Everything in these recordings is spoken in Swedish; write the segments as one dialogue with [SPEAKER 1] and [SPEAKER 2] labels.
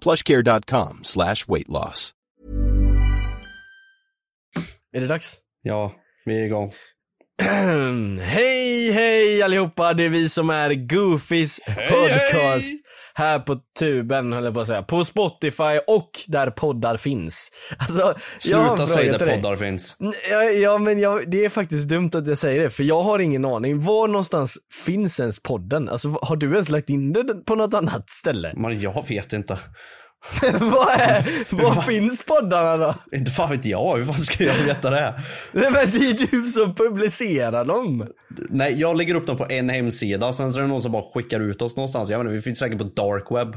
[SPEAKER 1] plushcare.com slash weight loss.
[SPEAKER 2] Är det dags?
[SPEAKER 3] Ja, vi är igång.
[SPEAKER 2] hej, hej allihopa! Det är vi som är Goofys podcast. Här på tuben höll jag på att säga. På Spotify och där poddar finns. Alltså, jag har en
[SPEAKER 3] Sluta säga
[SPEAKER 2] fråga
[SPEAKER 3] där
[SPEAKER 2] till dig.
[SPEAKER 3] poddar finns.
[SPEAKER 2] Ja, ja men jag, det är faktiskt dumt att jag säger det för jag har ingen aning. Var någonstans finns ens podden? Alltså har du ens lagt in den på något annat ställe?
[SPEAKER 3] Men jag vet inte.
[SPEAKER 2] Vad är, var finns poddarna då?
[SPEAKER 3] Inte fan vet jag, hur fan ska jag veta det?
[SPEAKER 2] Nej men det är ju du som publicerar dem.
[SPEAKER 3] Nej, jag lägger upp dem på en hemsida, sen så är det någon som bara skickar ut oss någonstans. Jag vet inte, vi finns säkert på dark web.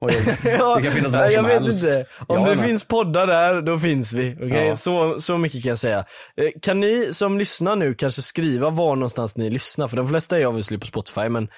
[SPEAKER 3] Och jag, det kan finnas var
[SPEAKER 2] jag
[SPEAKER 3] som
[SPEAKER 2] vet
[SPEAKER 3] helst.
[SPEAKER 2] Inte. Om
[SPEAKER 3] Jag
[SPEAKER 2] det
[SPEAKER 3] vet inte.
[SPEAKER 2] finns poddar där, då finns vi. Okej,
[SPEAKER 3] Ja.
[SPEAKER 2] så, så mycket kan jag säga. Eh, Kan ni som lyssnar nu kanske skriva var någonstans ni lyssnar? För de flesta är obviously på Spotify, men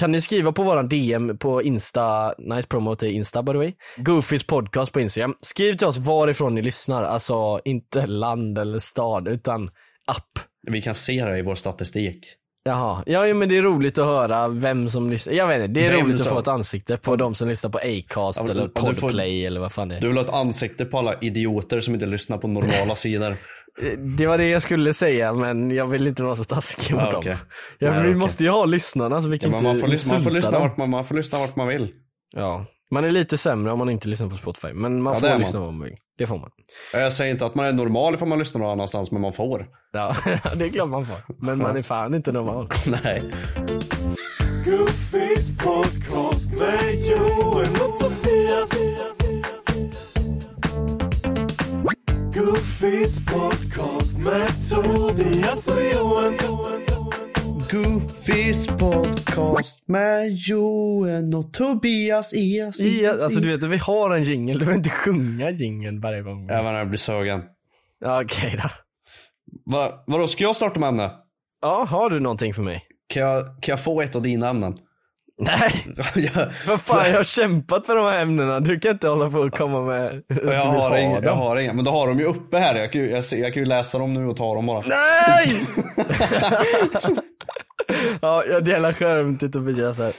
[SPEAKER 2] kan ni skriva på våran DM på Insta, nice promo till Insta by the way, Goofys podcast på Instagram. Skriv till oss varifrån ni lyssnar, alltså inte land eller stad utan app.
[SPEAKER 3] Vi kan se det i vår statistik.
[SPEAKER 2] Jaha, ja ja, men det är roligt att höra vem som lyssnar. Jag vet inte, det är
[SPEAKER 3] Vem
[SPEAKER 2] roligt att
[SPEAKER 3] som-
[SPEAKER 2] få ett ansikte på de som lyssnar på Acast
[SPEAKER 3] Ja, men-
[SPEAKER 2] eller
[SPEAKER 3] ja, du får-
[SPEAKER 2] Podplay eller vad fan det är.
[SPEAKER 3] Du vill ha ett ansikte på alla idioter som inte lyssnar på normala sidor.
[SPEAKER 2] Det var det jag skulle säga men jag vill inte vara så taskig mot
[SPEAKER 3] Ja,
[SPEAKER 2] dem.
[SPEAKER 3] Ah, okej.
[SPEAKER 2] Ja,
[SPEAKER 3] Nej,
[SPEAKER 2] vi
[SPEAKER 3] okej.
[SPEAKER 2] måste ju ha lyssnarna så vi
[SPEAKER 3] Ja,
[SPEAKER 2] kan
[SPEAKER 3] men
[SPEAKER 2] inte
[SPEAKER 3] man, får lyssna, man, får
[SPEAKER 2] insulta
[SPEAKER 3] lyssna
[SPEAKER 2] dem.
[SPEAKER 3] vart man, man får lyssna vart man vill.
[SPEAKER 2] Ja. Man är lite sämre om man inte lyssnar på Spotify men man
[SPEAKER 3] Ja, det
[SPEAKER 2] får
[SPEAKER 3] är man.
[SPEAKER 2] lyssna om man vill. Det får man.
[SPEAKER 3] Jag säger inte att man är normal ifall man lyssnar någon annanstans, men man får.
[SPEAKER 2] Ja, det är klart man får. Men man är fan inte normal.
[SPEAKER 3] Nej. Goofys podcast med Johan och Tobias Ias.
[SPEAKER 2] I, alltså du vet, vi har en jingel. Du behöver inte sjunga jingeln varje gång.
[SPEAKER 3] Jag vet inte, jag blir sugen.
[SPEAKER 2] Ja. Okej då.
[SPEAKER 3] Va, vadå, ska jag starta med ämne?
[SPEAKER 2] Ja, har du någonting för mig?
[SPEAKER 3] Kan jag, kan jag få ett av dina ämnen?
[SPEAKER 2] Nej,
[SPEAKER 3] jag,
[SPEAKER 2] vad fan jag har kämpat för de här ämnena. Du kan inte hålla på och komma med
[SPEAKER 3] jag,
[SPEAKER 2] att du vill
[SPEAKER 3] har
[SPEAKER 2] ha
[SPEAKER 3] inga, jag
[SPEAKER 2] dem.
[SPEAKER 3] har inga, men då har de ju uppe här. Jag kan ju, jag, ser- jag kan ju läsa dem nu och ta dem bara.
[SPEAKER 2] Nej! ja, jag delar skärm till Tobias här.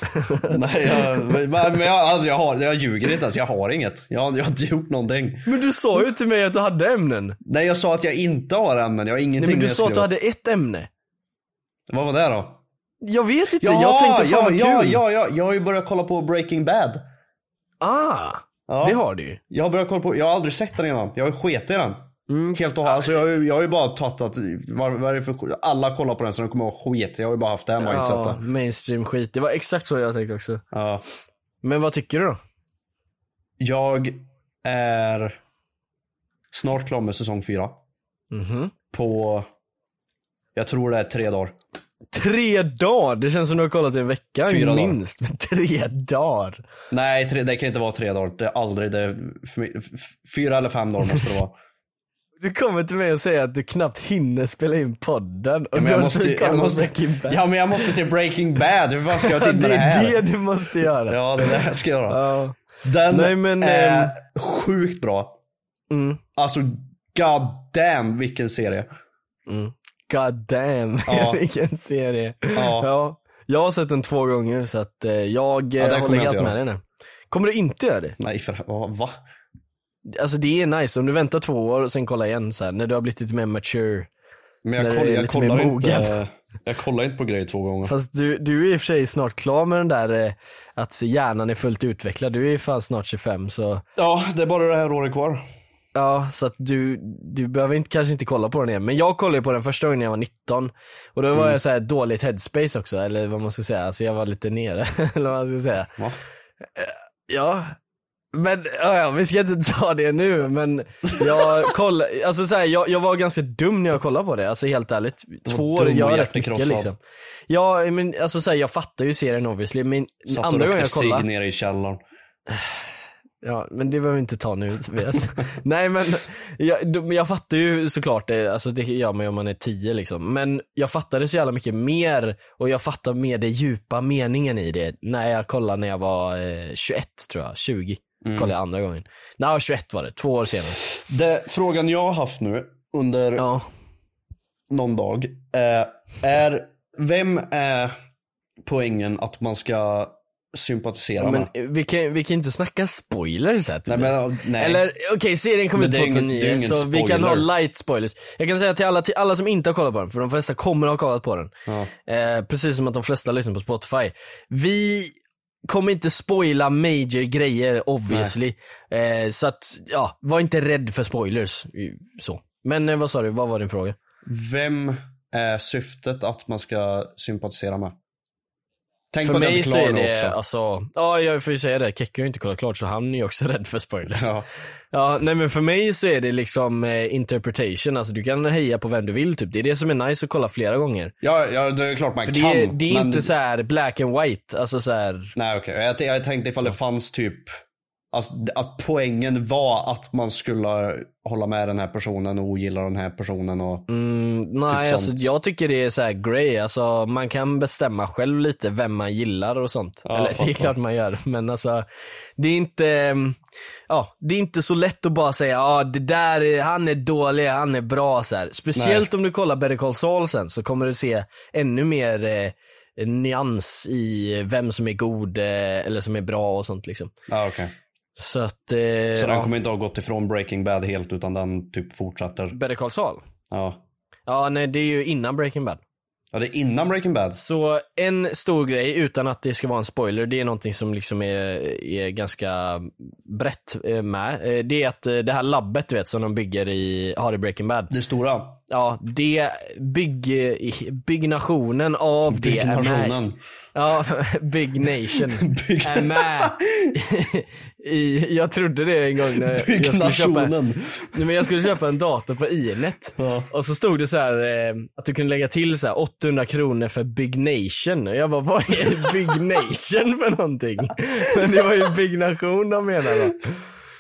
[SPEAKER 3] Nej, jag, men men jag, alltså jag, har, jag ljuger inte ens, jag har inget. Jag, har- jag har inte gjort någonting.
[SPEAKER 2] Men du sa ju till mig att du hade ämnen.
[SPEAKER 3] Nej jag sa att jag inte har ämnen, jag har ingenting
[SPEAKER 2] Nej men du
[SPEAKER 3] jag
[SPEAKER 2] sa att
[SPEAKER 3] skulle
[SPEAKER 2] du
[SPEAKER 3] göra.
[SPEAKER 2] hade ett ämne.
[SPEAKER 3] Vad var det då?
[SPEAKER 2] Jag vet inte, jag tänkte fan
[SPEAKER 3] ja,
[SPEAKER 2] vad
[SPEAKER 3] ja,
[SPEAKER 2] kul.
[SPEAKER 3] ja, ja, jag har ju börjat kolla på Breaking Bad.
[SPEAKER 2] Ah,
[SPEAKER 3] Ja.
[SPEAKER 2] det har du ju.
[SPEAKER 3] Jag har börjat kolla på, jag har aldrig sett den innan. Jag har ju sket i den.
[SPEAKER 2] Mm.
[SPEAKER 3] Helt och hållet. Alltså jag, har ju- jag har ju bara tagit att, vad, vad är det för, alla kollar på den så de kommer ihåg skit. Jag har ju bara haft det här
[SPEAKER 2] Ja,
[SPEAKER 3] mindsetet.
[SPEAKER 2] mainstream skit. Det var exakt så jag tänkte också.
[SPEAKER 3] Ja.
[SPEAKER 2] Men vad tycker du då?
[SPEAKER 3] Jag är snart klar med säsong fyra.
[SPEAKER 2] Mhm.
[SPEAKER 3] På, jag tror det är tre dagar.
[SPEAKER 2] Tre dagar! Det känns som du har kollat i en vecka
[SPEAKER 3] Fyra dagar.
[SPEAKER 2] minst. Men tre dagar.
[SPEAKER 3] Nej, tre, det kan inte vara tre dagar. Det är aldrig det. är för mig- f- f- Fyra eller fem dagar måste det vara.
[SPEAKER 2] Du kommer till mig och säger att du knappt hinner spela in podden. Och
[SPEAKER 3] Ja,
[SPEAKER 2] du
[SPEAKER 3] men jag,
[SPEAKER 2] har
[SPEAKER 3] måste,
[SPEAKER 2] kollat
[SPEAKER 3] jag,
[SPEAKER 2] på
[SPEAKER 3] måste,
[SPEAKER 2] Breaking Bad.
[SPEAKER 3] ja, men jag måste se Breaking Bad. Hur fan ska jag titta
[SPEAKER 2] det
[SPEAKER 3] det
[SPEAKER 2] är
[SPEAKER 3] här?
[SPEAKER 2] det du måste göra.
[SPEAKER 3] Ja, det är det jag ska göra.
[SPEAKER 2] Ja.
[SPEAKER 3] Den
[SPEAKER 2] Nej, men,
[SPEAKER 3] är
[SPEAKER 2] ehm, Mm.
[SPEAKER 3] sjukt bra. Alltså god damn vilken serie.
[SPEAKER 2] God damn,
[SPEAKER 3] Ja.
[SPEAKER 2] vilken serie.
[SPEAKER 3] Ja.
[SPEAKER 2] Ja. Jag har sett den två gånger så att eh, jag eh,
[SPEAKER 3] den
[SPEAKER 2] har
[SPEAKER 3] kommer jag
[SPEAKER 2] legat
[SPEAKER 3] inte
[SPEAKER 2] med
[SPEAKER 3] göra.
[SPEAKER 2] den nu. Kommer du inte göra det?
[SPEAKER 3] Nej för ja, va?
[SPEAKER 2] Alltså det är nice om du väntar två år och sen kollar igen så här, när du har blivit lite mer mature. När
[SPEAKER 3] Men jag,
[SPEAKER 2] det
[SPEAKER 3] koll,
[SPEAKER 2] är
[SPEAKER 3] jag,
[SPEAKER 2] lite mer
[SPEAKER 3] kollar
[SPEAKER 2] mogen.
[SPEAKER 3] inte, eh, jag kollar inte på grejer två gånger.
[SPEAKER 2] Fast du, du är i och för sig snart klar med den där eh, att hjärnan är fullt utvecklad. Du är fan snart 25 så
[SPEAKER 3] Ja, det är bara det här året kvar.
[SPEAKER 2] Ja, så att du, du behöver inte, kanske inte kolla på den igen. Men jag kollade ju på den första gången när jag var 19. Och då var
[SPEAKER 3] Mm.
[SPEAKER 2] jag så här dåligt headspace också, eller vad man ska säga. Alltså jag var lite nere, eller vad man ska säga.
[SPEAKER 3] Va?
[SPEAKER 2] Ja. Men, ja, ja, vi ska inte ta det nu, men jag koll, alltså så här, jag, jag var ganska dum när jag kollade på det, alltså helt ärligt.
[SPEAKER 3] var
[SPEAKER 2] Två år
[SPEAKER 3] dum och
[SPEAKER 2] gör rätt mycket
[SPEAKER 3] hjärtekrossad.
[SPEAKER 2] liksom. Ja, men alltså så här, jag fattar ju serien obviously, men
[SPEAKER 3] Satt och
[SPEAKER 2] andra gången
[SPEAKER 3] rökte
[SPEAKER 2] jag kollade.
[SPEAKER 3] cigg nere i källaren.
[SPEAKER 2] Ja, men det behöver vi inte ta nu Tobias. Nej men, jag, de- jag fattar ju såklart det, alltså det gör man ju om man är tio liksom. Men jag fattade så jävla mycket mer och jag fattar mer det djupa meningen i det när jag kollade när jag var eh, 21 tror jag, 20.
[SPEAKER 3] Mm.
[SPEAKER 2] Kollade jag andra gången. Nej, 21 var det, två år senare.
[SPEAKER 3] Det, frågan jag har haft nu under
[SPEAKER 2] Ja.
[SPEAKER 3] någon dag eh, är, vem är poängen att man ska sympatisera
[SPEAKER 2] Men
[SPEAKER 3] med?
[SPEAKER 2] eh, vi kan, vi kan inte snacka spoilers här
[SPEAKER 3] Nej,
[SPEAKER 2] Tobias.
[SPEAKER 3] men, ja, nej.
[SPEAKER 2] Eller okej, serien kom
[SPEAKER 3] Men
[SPEAKER 2] ut
[SPEAKER 3] det är ingen-
[SPEAKER 2] 2009
[SPEAKER 3] det är ingen
[SPEAKER 2] så vi kan ha
[SPEAKER 3] spoiler.
[SPEAKER 2] light spoilers. Jag kan säga till alla, till alla som inte har kollat på den, för de flesta kommer ha kollat på den. Eh, precis som att de flesta lyssnar på Spotify. Vi kommer inte spoila major grejer obviously. Eh, så att, ja, var inte rädd för spoilers. Så. Men eh, vad sa du, vad var din fråga?
[SPEAKER 3] Vem är syftet att man ska sympatisera med? Tänk
[SPEAKER 2] För
[SPEAKER 3] på att jag
[SPEAKER 2] mig
[SPEAKER 3] inte
[SPEAKER 2] så är
[SPEAKER 3] klarar nu
[SPEAKER 2] det
[SPEAKER 3] också.
[SPEAKER 2] alltså, ja jag får ju säga det, Kekki har ju inte kollat klart så han är ju också rädd för spoilers.
[SPEAKER 3] Ja.
[SPEAKER 2] Ja, nej men för mig så är det liksom eh, interpretation, alltså du kan heja på vem du vill typ. Det är det som är nice att kolla flera gånger.
[SPEAKER 3] Ja, ja, det är klart man
[SPEAKER 2] För det
[SPEAKER 3] kan.
[SPEAKER 2] är, det är
[SPEAKER 3] men-
[SPEAKER 2] inte så här black and white, alltså så här.
[SPEAKER 3] Nej okej, jag, t- jag tänkte ifall det fanns typ Alltså, att poängen var att man skulle hålla med den här personen och ogilla den här personen och...
[SPEAKER 2] Mm, nej,
[SPEAKER 3] Typ sånt.
[SPEAKER 2] alltså jag tycker det är så här grey, alltså man kan bestämma själv lite vem man gillar och sånt.
[SPEAKER 3] Ja,
[SPEAKER 2] Eller det är
[SPEAKER 3] fattar.
[SPEAKER 2] klart man gör, men alltså det är inte, mm, ja det är inte så lätt att bara säga ja det där, är, han är dålig, han är bra så här. Speciellt om du kollar Better Call Saul sen så kommer du se ännu mer eh, nyans i vem som är god eh, eller som är bra och sånt liksom.
[SPEAKER 3] Ja, okej.
[SPEAKER 2] Så att, eh,
[SPEAKER 3] Så den
[SPEAKER 2] ja,
[SPEAKER 3] kommer inte ha gått ifrån Breaking Bad helt utan den typ fortsätter.
[SPEAKER 2] Better Call Saul?
[SPEAKER 3] Ja.
[SPEAKER 2] Ja nej det är ju innan Breaking Bad.
[SPEAKER 3] Ja, det är innan Breaking Bad.
[SPEAKER 2] Så en stor grej, utan att det ska vara en spoiler, det är någonting som liksom är, är ganska brett eh, med. Eh, Det är att eh, det här labbet du vet som de bygger i, har i Breaking Bad.
[SPEAKER 3] Det stora.
[SPEAKER 2] Ja, det bygg, eh, byggnationen av det är med.
[SPEAKER 3] Byggnationen.
[SPEAKER 2] Ja, Big Nation
[SPEAKER 3] Bygg-
[SPEAKER 2] är med. I, jag trodde det en gång när jag skulle köpa
[SPEAKER 3] Byggnationen.
[SPEAKER 2] Nej, men jag skulle köpa en dator på Inet.
[SPEAKER 3] Ja.
[SPEAKER 2] Och så stod det så här eh, att du kunde lägga till så här 800 kronor för Big Nation. Och jag bara, vad är Big Nation för någonting? Men det var ju byggnation de menade. då.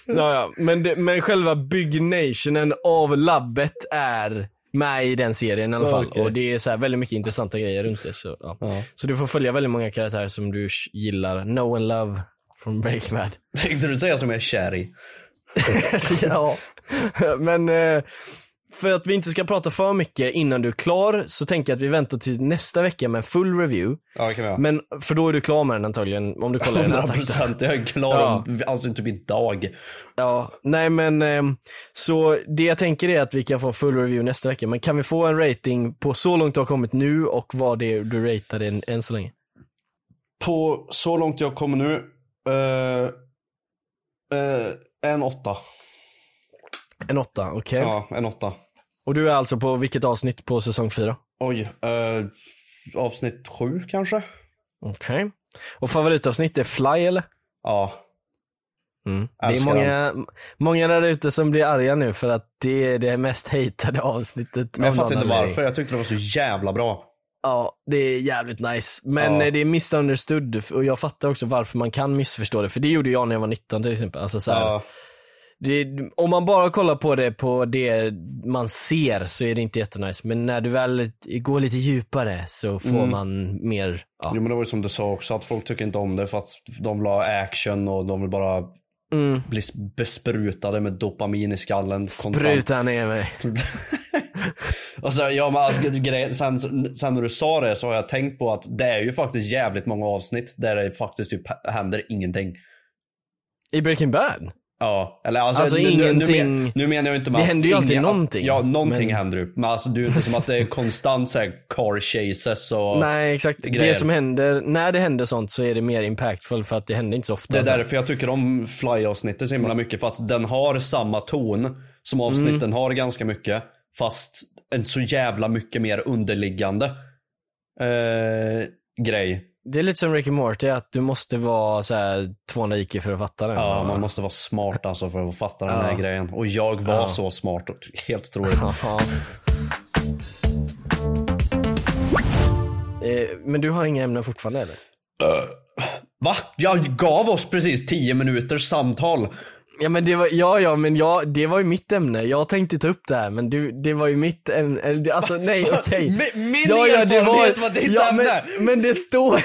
[SPEAKER 2] Ja, ja. Men, det, men själva Big Nationen av labbet är med i den serien i alla fall.
[SPEAKER 3] Okej.
[SPEAKER 2] Och det är så här väldigt mycket intressanta grejer runt det. Så, ja. så du får följa väldigt många karaktärer som du sh- gillar. No and Love från Breaking Bad.
[SPEAKER 3] Tänkte du säga som jag är kär i?
[SPEAKER 2] ja, men eh, för att vi inte ska prata för mycket innan du är klar så tänker jag att vi väntar till nästa vecka med en full review.
[SPEAKER 3] Ja, det kan vi ha.
[SPEAKER 2] Men, för då är du klar med den antagligen, om du kollar i den här
[SPEAKER 3] 100
[SPEAKER 2] takten.
[SPEAKER 3] procent. Jag är klar om, alltså typ idag.
[SPEAKER 2] Ja, nej men ehm, så det jag tänker är att vi kan få en full review nästa vecka, men kan vi få en rating på så långt du har kommit nu och vad det är du ratar än, än så länge?
[SPEAKER 3] På så långt jag kommer nu. eh, eh, en åtta.
[SPEAKER 2] En åtta, okej.
[SPEAKER 3] Ja, en åtta.
[SPEAKER 2] Och du är alltså på vilket avsnitt på säsong fyra?
[SPEAKER 3] Oj. eh, avsnitt sju kanske?
[SPEAKER 2] Okej. Och favoritavsnitt är Fly eller?
[SPEAKER 3] Ja.
[SPEAKER 2] Det är
[SPEAKER 3] Mm. Älskar
[SPEAKER 2] många, många där ute som blir arga nu för att det är det mest hatade avsnittet.
[SPEAKER 3] Men jag
[SPEAKER 2] av
[SPEAKER 3] fattar
[SPEAKER 2] någon
[SPEAKER 3] inte
[SPEAKER 2] anledning.
[SPEAKER 3] varför. Jag tyckte det var så jävla bra.
[SPEAKER 2] Ja, det är jävligt nice. Men
[SPEAKER 3] Ja.
[SPEAKER 2] eh, det är misunderstood och jag fattar också varför man kan missförstå det. För det gjorde jag när jag var 19 till exempel. Alltså, så här,
[SPEAKER 3] Ja.
[SPEAKER 2] det, om man bara kollar på det på det man ser så är det inte jättenice. Men när du väl går lite djupare så får
[SPEAKER 3] Mm.
[SPEAKER 2] man mer, ja.
[SPEAKER 3] Jo men det var ju som du sa också att folk tycker inte om det för att de vill ha action och de vill bara Blir besprutade med dopamin i skallen. konstant.
[SPEAKER 2] Spruta ner mig.
[SPEAKER 3] Alltså, ja, men alltså, grej, sen, sen när du sa det så har jag tänkt på att det är ju faktiskt jävligt många avsnitt där det faktiskt typ händer ingenting.
[SPEAKER 2] I Breaking Bad?
[SPEAKER 3] Ja, eller alltså,
[SPEAKER 2] Alltså,
[SPEAKER 3] nu, nu- Nu, men-
[SPEAKER 2] ingenting-
[SPEAKER 3] nu menar jag inte med
[SPEAKER 2] det
[SPEAKER 3] att
[SPEAKER 2] händer ju alltid
[SPEAKER 3] ingen-
[SPEAKER 2] någonting,
[SPEAKER 3] Ja, någonting
[SPEAKER 2] men-
[SPEAKER 3] händer ju. Men alltså det är ju inte som att det är konstant såhär car chases och...
[SPEAKER 2] Nej exakt,
[SPEAKER 3] grejer.
[SPEAKER 2] det som händer, när det händer sånt så är det mer impactful för att det händer inte så ofta.
[SPEAKER 3] Det är
[SPEAKER 2] alltså.
[SPEAKER 3] därför jag tycker om Fly-avsnittet så himla mycket. För att den har samma ton som avsnitten
[SPEAKER 2] Mm.
[SPEAKER 3] har ganska mycket. Fast en så jävla mycket mer underliggande eh, grej.
[SPEAKER 2] det är lite som Rick and Morty, att du måste vara så här 200 IQ för att fatta den.
[SPEAKER 3] Ja, man måste vara smart alltså för att fatta den här
[SPEAKER 2] Ja.
[SPEAKER 3] grejen. Och jag var så smart. och Helt otroligt.
[SPEAKER 2] Ja. Eh, Men du har inga ämnen fortfarande eller?
[SPEAKER 3] Va? Jag gav oss precis 10 minuters samtal.
[SPEAKER 2] Ja men det var, ja ja men jag, det var ju mitt ämne. Jag tänkte ta upp det här men du, det var ju mitt ämne, eller det- alltså nej okej.
[SPEAKER 3] Mi- min erfarenhet var ditt ämne.
[SPEAKER 2] Men, men det står,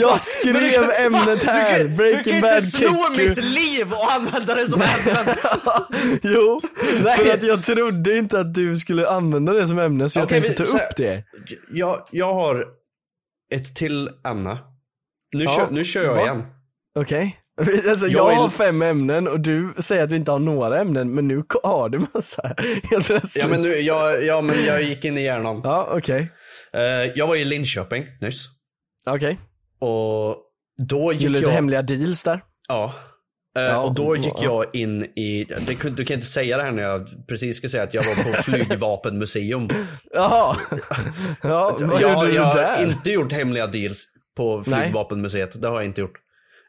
[SPEAKER 2] jag skrev ämnet här,
[SPEAKER 3] Du, kan- du kan
[SPEAKER 2] Breaking
[SPEAKER 3] inte
[SPEAKER 2] Bad
[SPEAKER 3] sno
[SPEAKER 2] Keku.
[SPEAKER 3] mitt liv och använda det som ämne.
[SPEAKER 2] Jo,
[SPEAKER 3] Nej.
[SPEAKER 2] för att jag trodde inte att du skulle använda det som ämne så jag
[SPEAKER 3] Okej,
[SPEAKER 2] tänkte
[SPEAKER 3] vi-
[SPEAKER 2] ta
[SPEAKER 3] så
[SPEAKER 2] upp
[SPEAKER 3] här-
[SPEAKER 2] det.
[SPEAKER 3] Jag, jag har ett till ämne. Nu,
[SPEAKER 2] Ja.
[SPEAKER 3] kör, nu kör jag
[SPEAKER 2] Va?
[SPEAKER 3] igen.
[SPEAKER 2] Okej? Alltså, jag,
[SPEAKER 3] Jag är-
[SPEAKER 2] har fem ämnen och du säger att vi inte har några ämnen men nu ko- har du massa helt plötsligt.
[SPEAKER 3] Ja men, nu, jag, ja, men jag gick in i hjärnan.
[SPEAKER 2] Ja, okej.
[SPEAKER 3] Eh, jag var i Linköping nyss.
[SPEAKER 2] Okej.
[SPEAKER 3] Och då gick
[SPEAKER 2] Gjorde lite
[SPEAKER 3] jag...
[SPEAKER 2] hemliga deals där.
[SPEAKER 3] Ja. Eh,
[SPEAKER 2] Ja,
[SPEAKER 3] och då gick
[SPEAKER 2] ja.
[SPEAKER 3] jag in i, det, kun- du kan inte säga det här när jag precis ska säga att jag var på flygvapenmuseum.
[SPEAKER 2] Jaha. Ja, vad
[SPEAKER 3] jag,
[SPEAKER 2] gjorde
[SPEAKER 3] jag
[SPEAKER 2] du
[SPEAKER 3] har
[SPEAKER 2] där?
[SPEAKER 3] inte gjort hemliga deals på
[SPEAKER 2] Nej.
[SPEAKER 3] flygvapenmuseet. Det har jag inte gjort.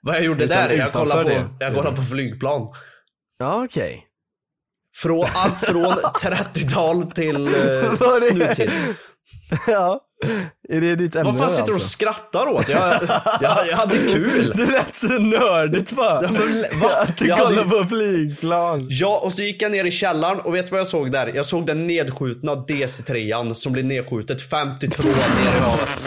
[SPEAKER 3] Vad jag gjorde
[SPEAKER 2] Utan
[SPEAKER 3] där? Jag
[SPEAKER 2] utanför
[SPEAKER 3] kollade, på,
[SPEAKER 2] det.
[SPEAKER 3] jag kollade på flygplan.
[SPEAKER 2] Ja, okej.
[SPEAKER 3] Från, allt från 30-tal till
[SPEAKER 2] Vad
[SPEAKER 3] eh,
[SPEAKER 2] är det?
[SPEAKER 3] nutid.
[SPEAKER 2] Ja. Är det ditt ämne
[SPEAKER 3] Vad fan sitter du och
[SPEAKER 2] alltså?
[SPEAKER 3] skrattar åt? Jag, jag, jag hade kul.
[SPEAKER 2] Det lät så nördigt
[SPEAKER 3] Ja,
[SPEAKER 2] va?
[SPEAKER 3] men, va?
[SPEAKER 2] Att du
[SPEAKER 3] Jag hade-
[SPEAKER 2] kollar på flygplan.
[SPEAKER 3] Ja, och så gick jag ner i källaren och vet du vad jag såg där? Jag såg den nedskjutna DC3an som blev nedskjutet 52 ner i havet.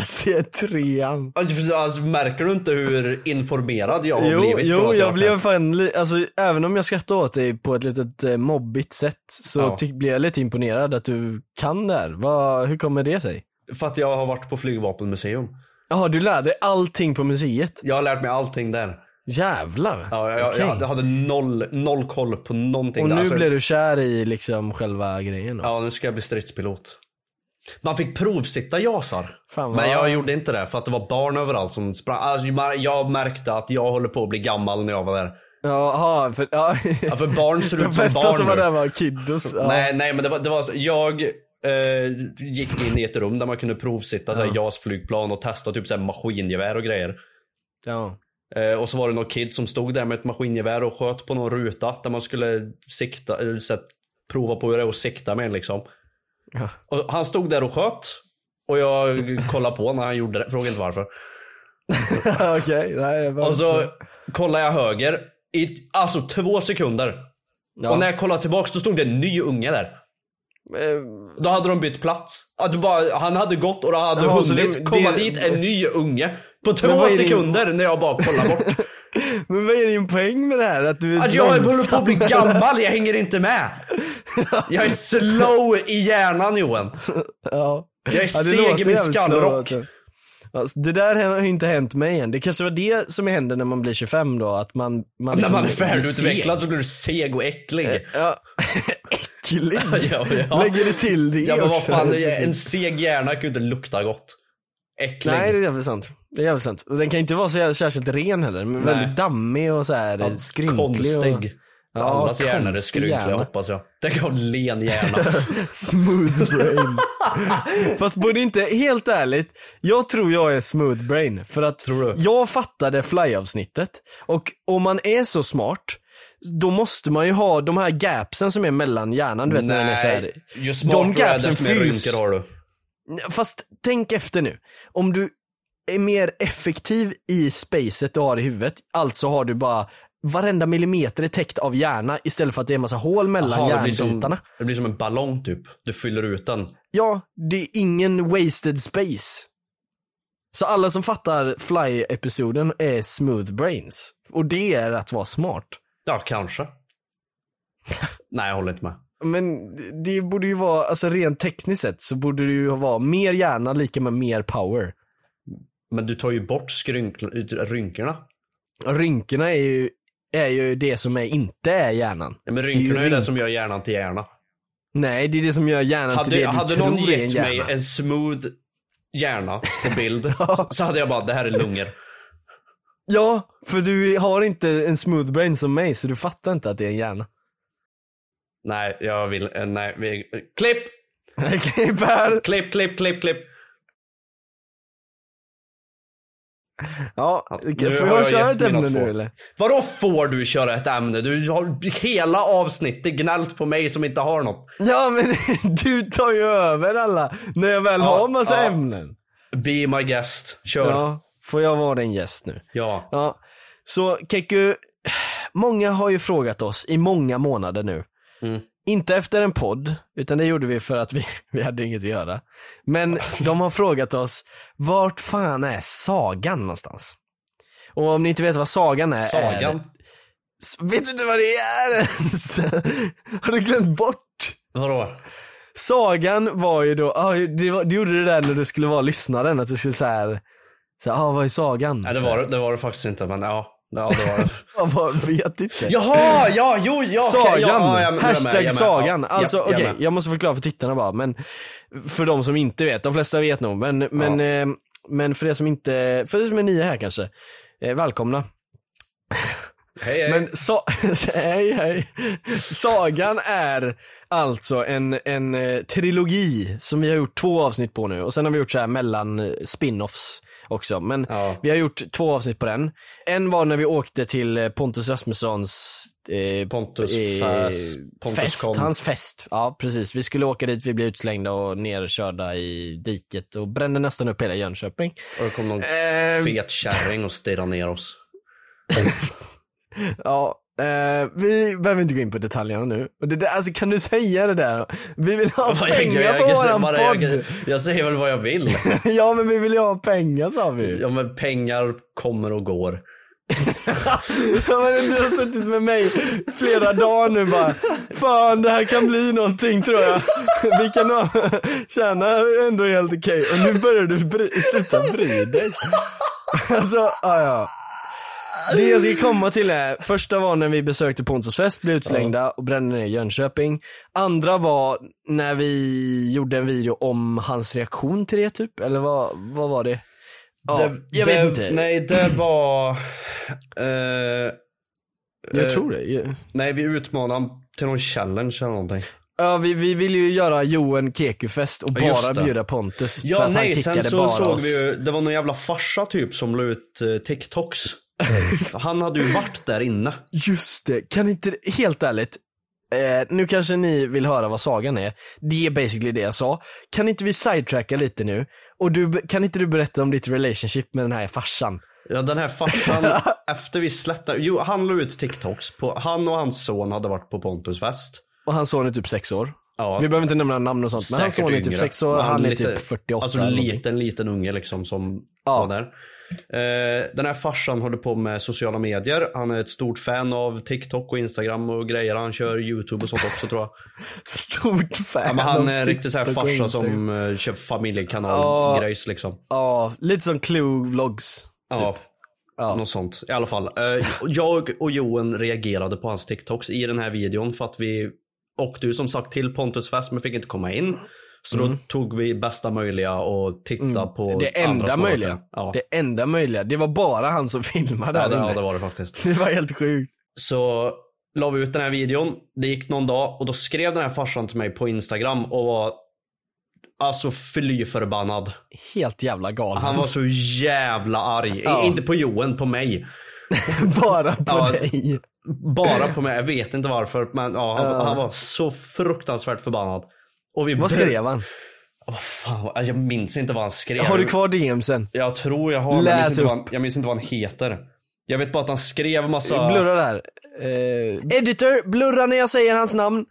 [SPEAKER 2] DC3an.
[SPEAKER 3] Alltså, alltså, märker du inte hur informerad jag har
[SPEAKER 2] Jo,
[SPEAKER 3] blivit? från
[SPEAKER 2] jo
[SPEAKER 3] att
[SPEAKER 2] jag blev
[SPEAKER 3] knappt-
[SPEAKER 2] fan, li- alltså även om jag skrattade åt dig på ett litet eh, mobbigt sätt så
[SPEAKER 3] Ja.
[SPEAKER 2] ty- blev jag lite imponerad att du kan det här. Vad- hur kommer det sig?
[SPEAKER 3] För att jag har varit på flygvapenmuseum.
[SPEAKER 2] Jaha, du lärde dig allting på museet?
[SPEAKER 3] Jag har lärt mig allting där.
[SPEAKER 2] Jävlar.
[SPEAKER 3] Ja, jag,
[SPEAKER 2] Okej.
[SPEAKER 3] jag, jag hade noll, noll koll på någonting
[SPEAKER 2] Och
[SPEAKER 3] där.
[SPEAKER 2] nu
[SPEAKER 3] Alltså,
[SPEAKER 2] blir du kär i liksom själva grejen då?
[SPEAKER 3] Ja, nu ska jag bli stridspilot. Man fick provsitta jasar.
[SPEAKER 2] Fan, vad-
[SPEAKER 3] men jag gjorde inte det för att det var barn överallt som sprang. Alltså, jag märkte att jag håller på att bli gammal när jag var där.
[SPEAKER 2] Jaha, för, ja.
[SPEAKER 3] Ja, för barn ser
[SPEAKER 2] de
[SPEAKER 3] ut som
[SPEAKER 2] flesta
[SPEAKER 3] barn
[SPEAKER 2] som var
[SPEAKER 3] nu.
[SPEAKER 2] där var kiddos. Ja.
[SPEAKER 3] Nej, nej men det var, det var så, jag eh, gick in i ett rum där man kunde provsitta såhär, JAS flygplan och testa typ såhär, maskingevär och grejer.
[SPEAKER 2] Ja.
[SPEAKER 3] Eh, och så var det någon kid som stod där med ett maskingevär och sköt på någon ruta där man skulle sikta, eller så här, prova på hur det är att sikta med en, liksom.
[SPEAKER 2] Ja.
[SPEAKER 3] Och han stod där och sköt och jag kollade på när han gjorde det, fråga inte varför.
[SPEAKER 2] Okej, nej. jag bara-
[SPEAKER 3] Och så kollade jag höger i alltså två sekunder.
[SPEAKER 2] ja.
[SPEAKER 3] Och när jag kollade tillbaks då stod det en ny unge där.
[SPEAKER 2] Eh,
[SPEAKER 3] Då hade de bytt plats. Att du bara, han hade gått och då hade
[SPEAKER 2] Jaha, så
[SPEAKER 3] hunnit
[SPEAKER 2] det-
[SPEAKER 3] komma
[SPEAKER 2] det-
[SPEAKER 3] dit en ny unge. På
[SPEAKER 2] Men
[SPEAKER 3] två
[SPEAKER 2] vad är det-
[SPEAKER 3] sekunder när jag bara kollar bort.
[SPEAKER 2] Men vad är din poäng med det här? Att du är
[SPEAKER 3] Att jag håller på att bli
[SPEAKER 2] långsam?
[SPEAKER 3] gammal, jag hänger inte med. Jag är slow i hjärnan Johan.
[SPEAKER 2] Ja.
[SPEAKER 3] Jag är
[SPEAKER 2] Ja, det
[SPEAKER 3] seg i
[SPEAKER 2] låter
[SPEAKER 3] min
[SPEAKER 2] jävligt snurrigt,
[SPEAKER 3] skallrock.
[SPEAKER 2] alltså. Alltså, det där har ju inte hänt mig än. Det kanske var det som händer när man blir 25 då, att man... man
[SPEAKER 3] När
[SPEAKER 2] liksom
[SPEAKER 3] man är
[SPEAKER 2] blir
[SPEAKER 3] färdigutvecklad
[SPEAKER 2] seg.
[SPEAKER 3] så blir du seg och äcklig.
[SPEAKER 2] Ja. Äcklig.
[SPEAKER 3] Ja, ja.
[SPEAKER 2] Lägger det till det
[SPEAKER 3] Ja men vad
[SPEAKER 2] också.
[SPEAKER 3] fan, en seg hjärna kan ju inte lukta gott. Äcklig.
[SPEAKER 2] Nej, det är jävligt sant. Det är jävligt sant. Och den kan inte vara så jävla särskilt ren heller, men väldigt dammig och så här
[SPEAKER 3] Ja,
[SPEAKER 2] skrynklig. Och...
[SPEAKER 3] Konstig.
[SPEAKER 2] Ja,
[SPEAKER 3] Allas hjärnor är
[SPEAKER 2] konstig
[SPEAKER 3] skrynkliga
[SPEAKER 2] hjärna.
[SPEAKER 3] hoppas jag. Tänk att ha en len hjärna.
[SPEAKER 2] Smooth brain. Fast borde inte, helt ärligt, jag tror jag är smooth brain. För att
[SPEAKER 3] Tror du?
[SPEAKER 2] jag fattade fly-avsnittet. Och om man är så smart, då måste man ju ha de här gapsen som är mellan hjärnan, du vet när den är så här.
[SPEAKER 3] ju smartare du är desto mer rynkor har du.
[SPEAKER 2] Fast tänk efter nu. Om du är mer effektiv i spacet du har i huvudet, alltså har du bara varenda millimeter är täckt av hjärna istället för att det är en massa hål mellan
[SPEAKER 3] Aha, det, blir som,
[SPEAKER 2] hjärnbitarna.
[SPEAKER 3] det blir som en ballong typ. Du fyller ut den.
[SPEAKER 2] Ja, det är ingen wasted space. Så alla som fattar Fly-episoden är smooth brains. Och det är att vara smart.
[SPEAKER 3] Ja, kanske. Nej, jag håller inte med.
[SPEAKER 2] Men det borde ju vara, alltså rent tekniskt sett så borde det ju vara mer hjärna lika med mer power.
[SPEAKER 3] Men du tar ju bort skrynkl- ut- rynkorna.
[SPEAKER 2] Rynkorna är ju, är ju det som är, inte är hjärnan.
[SPEAKER 3] Ja, men
[SPEAKER 2] Det är ju
[SPEAKER 3] rynkorna är ju det
[SPEAKER 2] rynk-
[SPEAKER 3] som gör hjärnan till hjärna.
[SPEAKER 2] Nej, det är det som gör hjärnan till det
[SPEAKER 3] Hade,
[SPEAKER 2] du
[SPEAKER 3] hade
[SPEAKER 2] tror
[SPEAKER 3] någon
[SPEAKER 2] är en
[SPEAKER 3] gett
[SPEAKER 2] hjärna.
[SPEAKER 3] mig en smooth hjärna på bild så hade jag bara, det här är lungor.
[SPEAKER 2] Ja, för du har inte en smooth brain som mig så du fattar inte att det är en hjärna.
[SPEAKER 3] Nej, jag vill, eh, nej, vi, eh, klipp!
[SPEAKER 2] Okej, Per.
[SPEAKER 3] Klipp, klipp, klipp, klipp.
[SPEAKER 2] Ja,
[SPEAKER 3] nu
[SPEAKER 2] får
[SPEAKER 3] har
[SPEAKER 2] jag
[SPEAKER 3] jag
[SPEAKER 2] köra
[SPEAKER 3] gett
[SPEAKER 2] ett
[SPEAKER 3] mina
[SPEAKER 2] ämne
[SPEAKER 3] två.
[SPEAKER 2] nu eller?
[SPEAKER 3] Vadå får du köra ett ämne? Du har hela avsnittet gnällt på mig som inte har något.
[SPEAKER 2] Ja men du tar ju över alla när jag väl
[SPEAKER 3] Ja,
[SPEAKER 2] har massa
[SPEAKER 3] ja.
[SPEAKER 2] ämnen.
[SPEAKER 3] Be my guest. Kör. Ja.
[SPEAKER 2] Ja, får jag vara din gäst nu? Ja, så Keku, många har ju frågat oss i många månader nu. Mm. Inte efter en podd, utan det gjorde vi för att vi, vi hade inget att göra. Men de har frågat oss, vart fan är sagan någonstans? Och om ni inte vet vad sagan är, Är,
[SPEAKER 3] Sagan.
[SPEAKER 2] S- vet du inte vad det är ens? Har du glömt bort?
[SPEAKER 3] Vadå?
[SPEAKER 2] Sagan var ju då, ah, det, var, det gjorde det där när du skulle vara lyssnaren, att du skulle såhär, så här, ah, vad är sagan?
[SPEAKER 3] Nej, det var det, det var det faktiskt inte, men ja. Ja, det var det.
[SPEAKER 2] Jag bara vet inte.
[SPEAKER 3] Jaha, ja, jo, ja. okej,
[SPEAKER 2] Sagan!
[SPEAKER 3] Ja, ja, jag är med, jag är med,
[SPEAKER 2] Hashtag
[SPEAKER 3] ja.
[SPEAKER 2] sagan.
[SPEAKER 3] Ja,
[SPEAKER 2] Alltså
[SPEAKER 3] jag är
[SPEAKER 2] okej,
[SPEAKER 3] med.
[SPEAKER 2] jag måste förklara för tittarna bara. Men för de som inte vet, de flesta vet nog. Men, men, eh, men för er som inte, för er som är nya här kanske. Eh, välkomna.
[SPEAKER 3] Hej, hej.
[SPEAKER 2] Men sa, hej, hej. Sagan är alltså en, en eh, trilogi som vi har gjort två avsnitt på nu och sen har vi gjort så här mellan eh, spin-offs också. Men
[SPEAKER 3] Ja.
[SPEAKER 2] vi har gjort två avsnitt på den. En var när vi åkte till eh, Pontus Rasmussons eh,
[SPEAKER 3] Pontus
[SPEAKER 2] eh,
[SPEAKER 3] fest. Pontus
[SPEAKER 2] fest,
[SPEAKER 3] kom.
[SPEAKER 2] hans fest. Ja precis, vi skulle åka dit, vi blev utslängda och nerkörda i diket och brände nästan upp hela Jönköping.
[SPEAKER 3] Och det kom någon
[SPEAKER 2] Ehm.
[SPEAKER 3] fet kärring och stirrade ner oss.
[SPEAKER 2] Ja, eh, vi behöver inte gå in på detaljerna nu. Och det där, alltså kan du säga det där? Vi vill ha
[SPEAKER 3] Vad jag-
[SPEAKER 2] pengar
[SPEAKER 3] jag-
[SPEAKER 2] på
[SPEAKER 3] jag-
[SPEAKER 2] våran
[SPEAKER 3] vad jag-
[SPEAKER 2] podd.
[SPEAKER 3] Jag säger väl vad jag vill.
[SPEAKER 2] ja men vi vill ju ha pengar sa vi ju.
[SPEAKER 3] Ja, men pengar kommer och går.
[SPEAKER 2] Ja, men du har suttit med mig flera dagar nu bara. Fan det här kan bli någonting tror jag. Vi kan nog tjäna ändå helt okej. Och nu börjar du bry, sluta bry dig. Alltså, ja ja. Det jag ska komma till är, första var när vi besökte Pontus fest, blev utslängda och brände ner Jönköping. Andra var när vi gjorde en video om hans reaktion till det typ, eller vad, vad var det? Ja,
[SPEAKER 3] Det-
[SPEAKER 2] jag
[SPEAKER 3] det,
[SPEAKER 2] vet inte.
[SPEAKER 3] Nej, det var... eh,
[SPEAKER 2] jag tror det.
[SPEAKER 3] nej, vi utmanade honom till någon challenge eller någonting.
[SPEAKER 2] Ja vi, vi ville ju göra Joen Kekufest och
[SPEAKER 3] Ja, just
[SPEAKER 2] bara
[SPEAKER 3] det.
[SPEAKER 2] bjuda Pontus. för
[SPEAKER 3] Ja,
[SPEAKER 2] att
[SPEAKER 3] nej,
[SPEAKER 2] han
[SPEAKER 3] sen
[SPEAKER 2] kickade
[SPEAKER 3] så
[SPEAKER 2] bara
[SPEAKER 3] såg
[SPEAKER 2] oss.
[SPEAKER 3] vi ju, det var någon jävla farsa typ som la ut eh, TikToks. Han hade ju varit där inne.
[SPEAKER 2] Just det, kan inte, helt ärligt. Eh, nu kanske ni vill höra vad sagan är. Det är basically det jag sa. Kan inte vi sidetracka lite nu? Och du, kan inte du berätta om ditt relationship med den här farsan?
[SPEAKER 3] Ja, den här farsan, efter vi släppte, jo han la ut TikToks. På, han och hans son hade varit på Pontus fest.
[SPEAKER 2] Och hans son är typ sex år.
[SPEAKER 3] Ja.
[SPEAKER 2] Vi behöver inte nämna namn och sånt, men hans
[SPEAKER 3] Säkert
[SPEAKER 2] son är typ
[SPEAKER 3] yngre.
[SPEAKER 2] sex år,
[SPEAKER 3] Men
[SPEAKER 2] han, är
[SPEAKER 3] lite-
[SPEAKER 2] typ 48
[SPEAKER 3] Alltså
[SPEAKER 2] eller någonting.
[SPEAKER 3] liten, liten unge liksom som
[SPEAKER 2] Ja.
[SPEAKER 3] var där. Eh, den här farsan håller på med sociala medier. Han är ett stort fan av TikTok och Instagram och grejer. Han kör YouTube och sånt också tror jag.
[SPEAKER 2] Stort fan
[SPEAKER 3] Ja, men han är
[SPEAKER 2] av
[SPEAKER 3] en riktig så här
[SPEAKER 2] TikTok och
[SPEAKER 3] farsa
[SPEAKER 2] Instagram.
[SPEAKER 3] som eh, kör familjekanal-grejs liksom.
[SPEAKER 2] Ja, typ. lite som Clue vlogs.
[SPEAKER 3] Ja. Något sånt. I alla fall. Eh, Jag och Johan reagerade på hans TikToks i den här videon för att vi åkte ju som sagt till Pontus fest men fick inte komma in. Så då tog vi bästa möjliga och tittade på
[SPEAKER 2] Mm. Det
[SPEAKER 3] andra
[SPEAKER 2] enda
[SPEAKER 3] som var där.
[SPEAKER 2] möjliga.
[SPEAKER 3] Ja.
[SPEAKER 2] Det enda möjliga. Det var bara han som filmade
[SPEAKER 3] ja,
[SPEAKER 2] där
[SPEAKER 3] det,
[SPEAKER 2] inne.
[SPEAKER 3] ja, det var det faktiskt.
[SPEAKER 2] det var helt sjukt.
[SPEAKER 3] Så la vi ut den här videon. Det gick någon dag och då skrev den här farsan till mig på Instagram och var alltså fly förbannad.
[SPEAKER 2] Helt jävla galen.
[SPEAKER 3] Han var så jävla arg.
[SPEAKER 2] Ja.
[SPEAKER 3] Inte på Johan, på mig.
[SPEAKER 2] bara på
[SPEAKER 3] Ja.
[SPEAKER 2] dig.
[SPEAKER 3] Bara på mig, jag vet inte varför. Men ja, han, han var så fruktansvärt förbannad. Och vi
[SPEAKER 2] Vad skrev han?
[SPEAKER 3] Vad fan, vad- alltså, jag minns inte vad han skrev.
[SPEAKER 2] Har du kvar DM sen?
[SPEAKER 3] Jag tror jag har, men jag
[SPEAKER 2] Läs
[SPEAKER 3] minns, inte vad han,
[SPEAKER 2] upp.
[SPEAKER 3] jag minns inte vad han heter. Jag vet bara att han skrev massa...
[SPEAKER 2] Blurra där. Eh, editor, blurra när jag säger hans namn.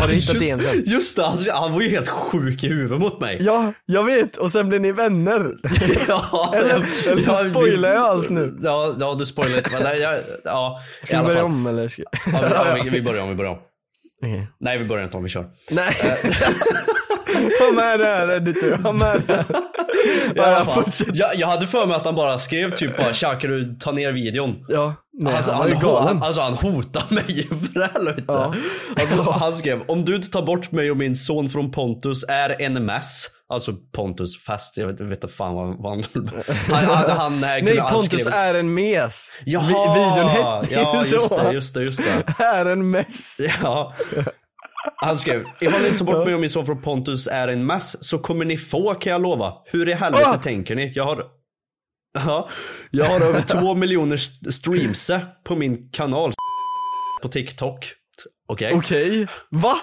[SPEAKER 2] Har du hittat det igen
[SPEAKER 3] Just,
[SPEAKER 2] sen?
[SPEAKER 3] just det, han, han var ju helt sjuk i huvudet mot mig.
[SPEAKER 2] Ja, jag vet. Och sen blir ni vänner.
[SPEAKER 3] Ja,
[SPEAKER 2] Eller- eller spoilar jag allt nu?
[SPEAKER 3] Ja, ja du spoilar lite. Men nej, jag, ja,
[SPEAKER 2] Ska
[SPEAKER 3] i
[SPEAKER 2] vi
[SPEAKER 3] alla
[SPEAKER 2] börja
[SPEAKER 3] fall.
[SPEAKER 2] om eller? Ska...
[SPEAKER 3] Ja, vi, ja, vi, vi börjar om, vi börjar om.
[SPEAKER 2] Okej.
[SPEAKER 3] Nej, vi börjar inte om, vi kör.
[SPEAKER 2] Nej.
[SPEAKER 3] Eh.
[SPEAKER 2] Ha med det här editor, ha med det här.
[SPEAKER 3] I alla fall.
[SPEAKER 2] fortsätt.
[SPEAKER 3] Jag, jag hade för mig att han bara skrev typ bara “Tja, kan du ta ner videon?”
[SPEAKER 2] Ja, nej
[SPEAKER 3] alltså,
[SPEAKER 2] han var ju
[SPEAKER 3] ho-
[SPEAKER 2] galen.
[SPEAKER 3] alltså han hotade mig för helvete.
[SPEAKER 2] Ja.
[SPEAKER 3] Alltså, han skrev “Om du inte tar bort mig och min son från Pontus är en mess” Alltså Pontus fast, jag vet jag vet inte fan vad vad han... Han, han, han eh, kunde-
[SPEAKER 2] Nej
[SPEAKER 3] han
[SPEAKER 2] Pontus
[SPEAKER 3] skrev-
[SPEAKER 2] är en mes.
[SPEAKER 3] Jaha!
[SPEAKER 2] Vi, videon hette ju
[SPEAKER 3] Ja, just
[SPEAKER 2] så.
[SPEAKER 3] det, just det, just det.
[SPEAKER 2] Är en mess.
[SPEAKER 3] Ja. Han skrev, ifall ni tar bort mig och min son från Pontus är en mass så kommer ni få kan jag lova. Hur i helvete
[SPEAKER 2] Ah!
[SPEAKER 3] tänker ni? Jag har... Ja, jag har över två miljoner st- streams på min kanal på TikTok. Okej.
[SPEAKER 2] Okej. Va?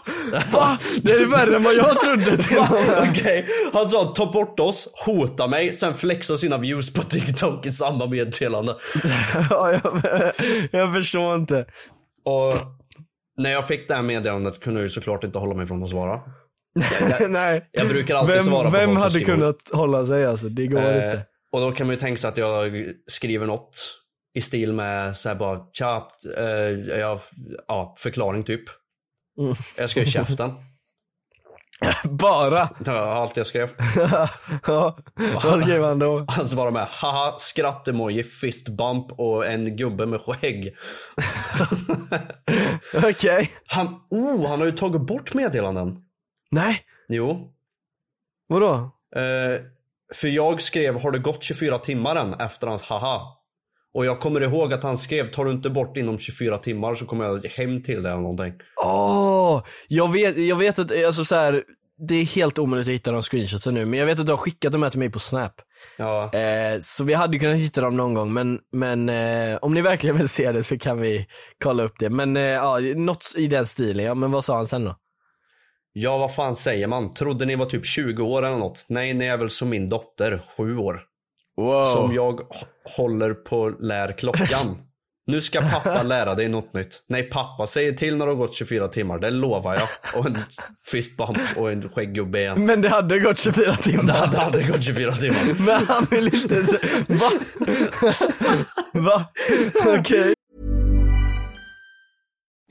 [SPEAKER 2] Va? Det är värre än vad jag trodde till och med.
[SPEAKER 3] Okej. Han sa ta bort oss, hota mig, sen flexa sina views på TikTok i samma meddelande.
[SPEAKER 2] Ja, jag, jag förstår inte.
[SPEAKER 3] Och när jag fick det här meddelandet kunde jag ju såklart inte hålla mig från att svara.
[SPEAKER 2] Nej.
[SPEAKER 3] Jag brukar alltid
[SPEAKER 2] Vem,
[SPEAKER 3] svara på
[SPEAKER 2] vem
[SPEAKER 3] folk som
[SPEAKER 2] hade
[SPEAKER 3] skriver.
[SPEAKER 2] kunnat hålla sig alltså? Det går
[SPEAKER 3] Eh,
[SPEAKER 2] inte.
[SPEAKER 3] och då kan man ju tänka sig att jag skriver något i stil med så här bara tja, eh, ja, ja, förklaring typ. Jag skrev käften.
[SPEAKER 2] Bara.
[SPEAKER 3] Det var allt jag skrev.
[SPEAKER 2] ja. Vad skrev han då?
[SPEAKER 3] Han svarade med haha, skrattemoji, fist bump och en gubbe med skägg.
[SPEAKER 2] Okej.
[SPEAKER 3] Han, oh, han har ju tagit bort meddelanden.
[SPEAKER 2] Nej.
[SPEAKER 3] Jo.
[SPEAKER 2] Vadå?
[SPEAKER 3] Eh, för jag skrev, har det gått 24 timmar än? Efter hans haha. Och jag kommer ihåg att han skrev, tar du inte bort inom 24 timmar så kommer jag hem till dig eller någonting.
[SPEAKER 2] Åh! jag, vet, jag vet att, alltså så här, det är helt omöjligt att hitta de screenshotsen nu, men jag vet att du har skickat dem här till mig på snap.
[SPEAKER 3] Ja.
[SPEAKER 2] Eh, så vi hade ju kunnat hitta dem någon gång, men, men eh, om ni verkligen vill se det så kan vi kolla upp det. Men eh, ja, något i den stilen, ja men vad sa han sen då?
[SPEAKER 3] Ja, vad fan säger man? Trodde ni var typ 20 år eller något? Nej, ni är väl som min dotter, 7 år.
[SPEAKER 2] Wow.
[SPEAKER 3] Som jag h- håller på lär klockan. Nu ska pappa lära dig något nytt. Nej, pappa säger till när det har gått 24 timmar, det lovar jag. Och en fistbump och en skägggubbe igen.
[SPEAKER 2] Men det hade gått 24
[SPEAKER 3] Det
[SPEAKER 2] timmar.
[SPEAKER 3] hade aldrig gått 24 timmar.
[SPEAKER 2] Men han vill inte se... Va? Va? Okej.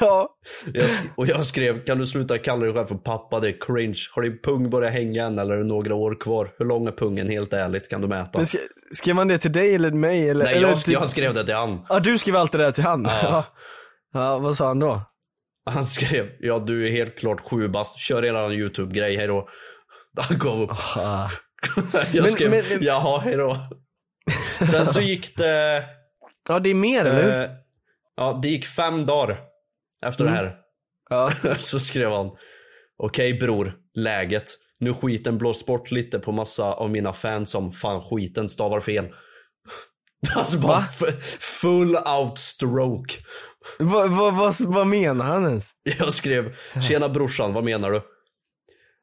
[SPEAKER 2] Ja.
[SPEAKER 3] Jag sk- och jag skrev, kan du sluta kalla dig själv för pappa? Det är cringe. Har din pung börjat hänga än eller är det några år kvar? Hur lång är pungen helt ärligt? Kan du mäta?
[SPEAKER 2] Men skrev, skrev man det till dig eller mig? Eller,
[SPEAKER 3] Nej,
[SPEAKER 2] eller
[SPEAKER 3] jag,
[SPEAKER 2] till-
[SPEAKER 3] jag skrev det till han.
[SPEAKER 2] Ja, du skrev allt det där till han?
[SPEAKER 3] Ja.
[SPEAKER 2] Ja. ja vad sa han då?
[SPEAKER 3] Han skrev, ja du är helt klart sju bast. Kör hela YouTube-grej, hejdå. Han gav upp.
[SPEAKER 2] Ah.
[SPEAKER 3] Jag
[SPEAKER 2] Men-
[SPEAKER 3] skrev,
[SPEAKER 2] men- men-
[SPEAKER 3] jaha, hejdå. Sen så gick det,
[SPEAKER 2] Ja, det är mer eller hur?
[SPEAKER 3] eh, ja det gick fem dagar efter det här.
[SPEAKER 2] Mm. Ja.
[SPEAKER 3] Så skrev han, okej bror, läget. Nu skiten blåst bort lite på massa av mina fans som fan skiten stavar fel. Alltså bara f- full out stroke.
[SPEAKER 2] Vad vad vad vad menar han ens?
[SPEAKER 3] Jag skrev “Tjena brorsan, vad menar du?”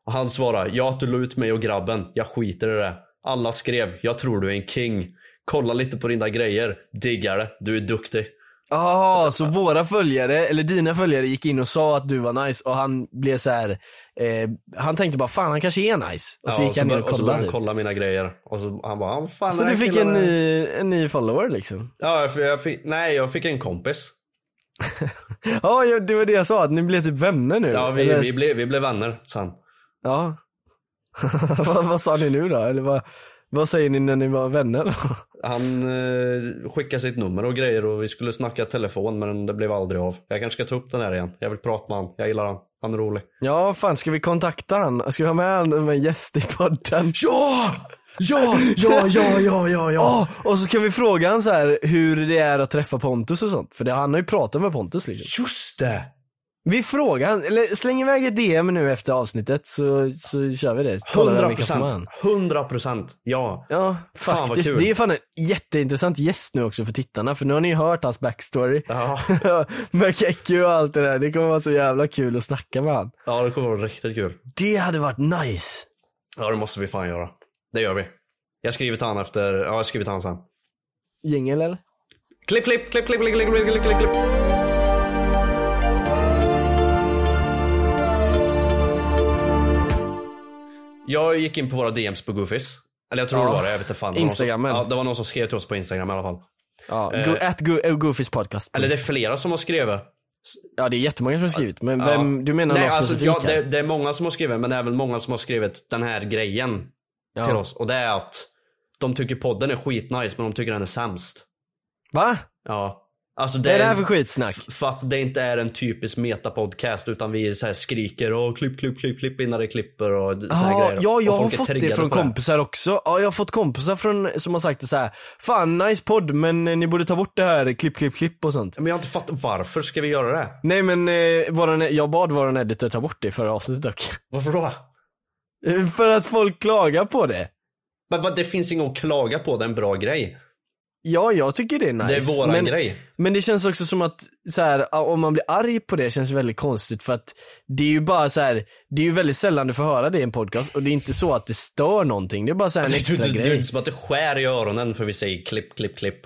[SPEAKER 3] Och Han svarade “Ja, att du la ut mig och grabben. Jag skiter i det. Alla skrev “Jag tror du är en king. Kolla lite på dina grejer. Diggar det. Du är duktig.”
[SPEAKER 2] Ah, så våra följare, eller dina följare gick in och sa att du var nice och han blev så här. Eh, han tänkte bara fan han kanske är nice. Och så
[SPEAKER 3] Ja,
[SPEAKER 2] gick han
[SPEAKER 3] bör-
[SPEAKER 2] in och
[SPEAKER 3] och så
[SPEAKER 2] kollade.
[SPEAKER 3] började han
[SPEAKER 2] typ.
[SPEAKER 3] kolla mina grejer. Och så han bara, "Ah, fan
[SPEAKER 2] Så
[SPEAKER 3] den här
[SPEAKER 2] du fick
[SPEAKER 3] killen
[SPEAKER 2] en
[SPEAKER 3] är-"
[SPEAKER 2] ny, en ny follower liksom?
[SPEAKER 3] Ja, jag fick, jag fick, nej jag fick en kompis.
[SPEAKER 2] Ja, ja, det var det jag sa, att ni blev typ vänner nu.
[SPEAKER 3] Ja, vi,
[SPEAKER 2] eller?
[SPEAKER 3] vi, blev, vi blev vänner sen.
[SPEAKER 2] Ja. vad, vad sa ni nu då? Eller vad, vad säger ni när ni var vänner?
[SPEAKER 3] Han eh, skickade sitt nummer och grejer och vi skulle snacka telefon men det blev aldrig av. Jag kanske ska ta upp den här igen. Jag vill prata med han. Jag gillar han. Han är rolig.
[SPEAKER 2] ja, fan ska vi kontakta han? Ska vi ha med han som en gäst i podden?
[SPEAKER 3] Ja!
[SPEAKER 2] Ja, ja, ja, ja, ja, ja. och så kan vi fråga han så här hur det är att träffa Pontus och sånt. För det, han har ju pratat med Pontus liksom.
[SPEAKER 3] Just det!
[SPEAKER 2] Vi frågar han, eller släng iväg ett DM nu efter avsnittet så, så kör vi det. Kollar vi
[SPEAKER 3] 100
[SPEAKER 2] vilka som är han.
[SPEAKER 3] procent. 100 procent. Ja.
[SPEAKER 2] Ja,
[SPEAKER 3] Fan, vad
[SPEAKER 2] faktiskt.
[SPEAKER 3] kul.
[SPEAKER 2] det är fan en jätteintressant gäst nu också för tittarna, för nu har ni ju hört hans backstory.
[SPEAKER 3] Ja.
[SPEAKER 2] med Keku och allt det där. Det kommer vara så jävla kul att snacka med han.
[SPEAKER 3] ja, det kommer vara riktigt kul.
[SPEAKER 2] Det hade varit nice.
[SPEAKER 3] Ja, det måste vi fan göra. Det gör vi. Jag skriver till han efter... Ja, jag skriver till han sen.
[SPEAKER 2] Jingel eller?
[SPEAKER 3] Klipp, klipp, klipp, klipp, klipp, klipp, klipp, klipp, klipp, klipp. Jag gick in på våra DMs på Goofies. Eller jag tror
[SPEAKER 2] Ja.
[SPEAKER 3] det var det, jag vet inte fan. Det var någon som-
[SPEAKER 2] Instagrammen.
[SPEAKER 3] Ja, det var någon som skrev till oss på Instagram i alla fall.
[SPEAKER 2] Ja, go, at go, eh, Goofys podcast.
[SPEAKER 3] Eller det är flera som har skrivit.
[SPEAKER 2] Ja, det är jättemånga som har skrivit, men vem, du menar
[SPEAKER 3] Nej,
[SPEAKER 2] någon
[SPEAKER 3] alltså,
[SPEAKER 2] specifika?
[SPEAKER 3] ja, det, det är många som har skrivit, men även många som har skrivit den här grejen
[SPEAKER 2] Ja.
[SPEAKER 3] till oss. Och det är att de tycker podden är skitnice, men de tycker den är sämst.
[SPEAKER 2] Va?
[SPEAKER 3] Ja. Alltså det
[SPEAKER 2] Vad är det här
[SPEAKER 3] är
[SPEAKER 2] för skitsnack?
[SPEAKER 3] för att det inte är en typisk metapodcast utan vi så här skriker och klipp, klipp, klipp, klipp innan det klipper och så här
[SPEAKER 2] Ja,
[SPEAKER 3] grejer.
[SPEAKER 2] ja,
[SPEAKER 3] Och
[SPEAKER 2] jag har
[SPEAKER 3] folk är
[SPEAKER 2] fått det
[SPEAKER 3] triggade
[SPEAKER 2] från
[SPEAKER 3] på
[SPEAKER 2] kompisar också. Ja, jag har fått kompisar från, som har sagt det så här. Fan, nice podd, men eh, ni borde ta bort det här klipp, klipp, klipp och sånt.
[SPEAKER 3] Men jag har inte fattat, varför ska vi göra det?
[SPEAKER 2] Nej men, eh, våran, jag bad våran editor ta bort det i förra avsnittet dock.
[SPEAKER 3] Varför då?
[SPEAKER 2] Eh, För att folk klagar på det.
[SPEAKER 3] Men, vad, det finns inget att klaga på, det är en bra grej.
[SPEAKER 2] Ja, jag tycker det är nice.
[SPEAKER 3] Det är våran
[SPEAKER 2] men,
[SPEAKER 3] grej.
[SPEAKER 2] Men det känns också som att, så här, ah, om man blir arg på det känns väldigt konstigt för att det är ju bara så här, det är ju väldigt sällan du får höra det i en podcast och det är inte så att det stör någonting. Det är bara så här en
[SPEAKER 3] Det,
[SPEAKER 2] extra
[SPEAKER 3] det, det, det är
[SPEAKER 2] grej.
[SPEAKER 3] inte som att det skär i öronen för vi säger klipp, klipp, klipp.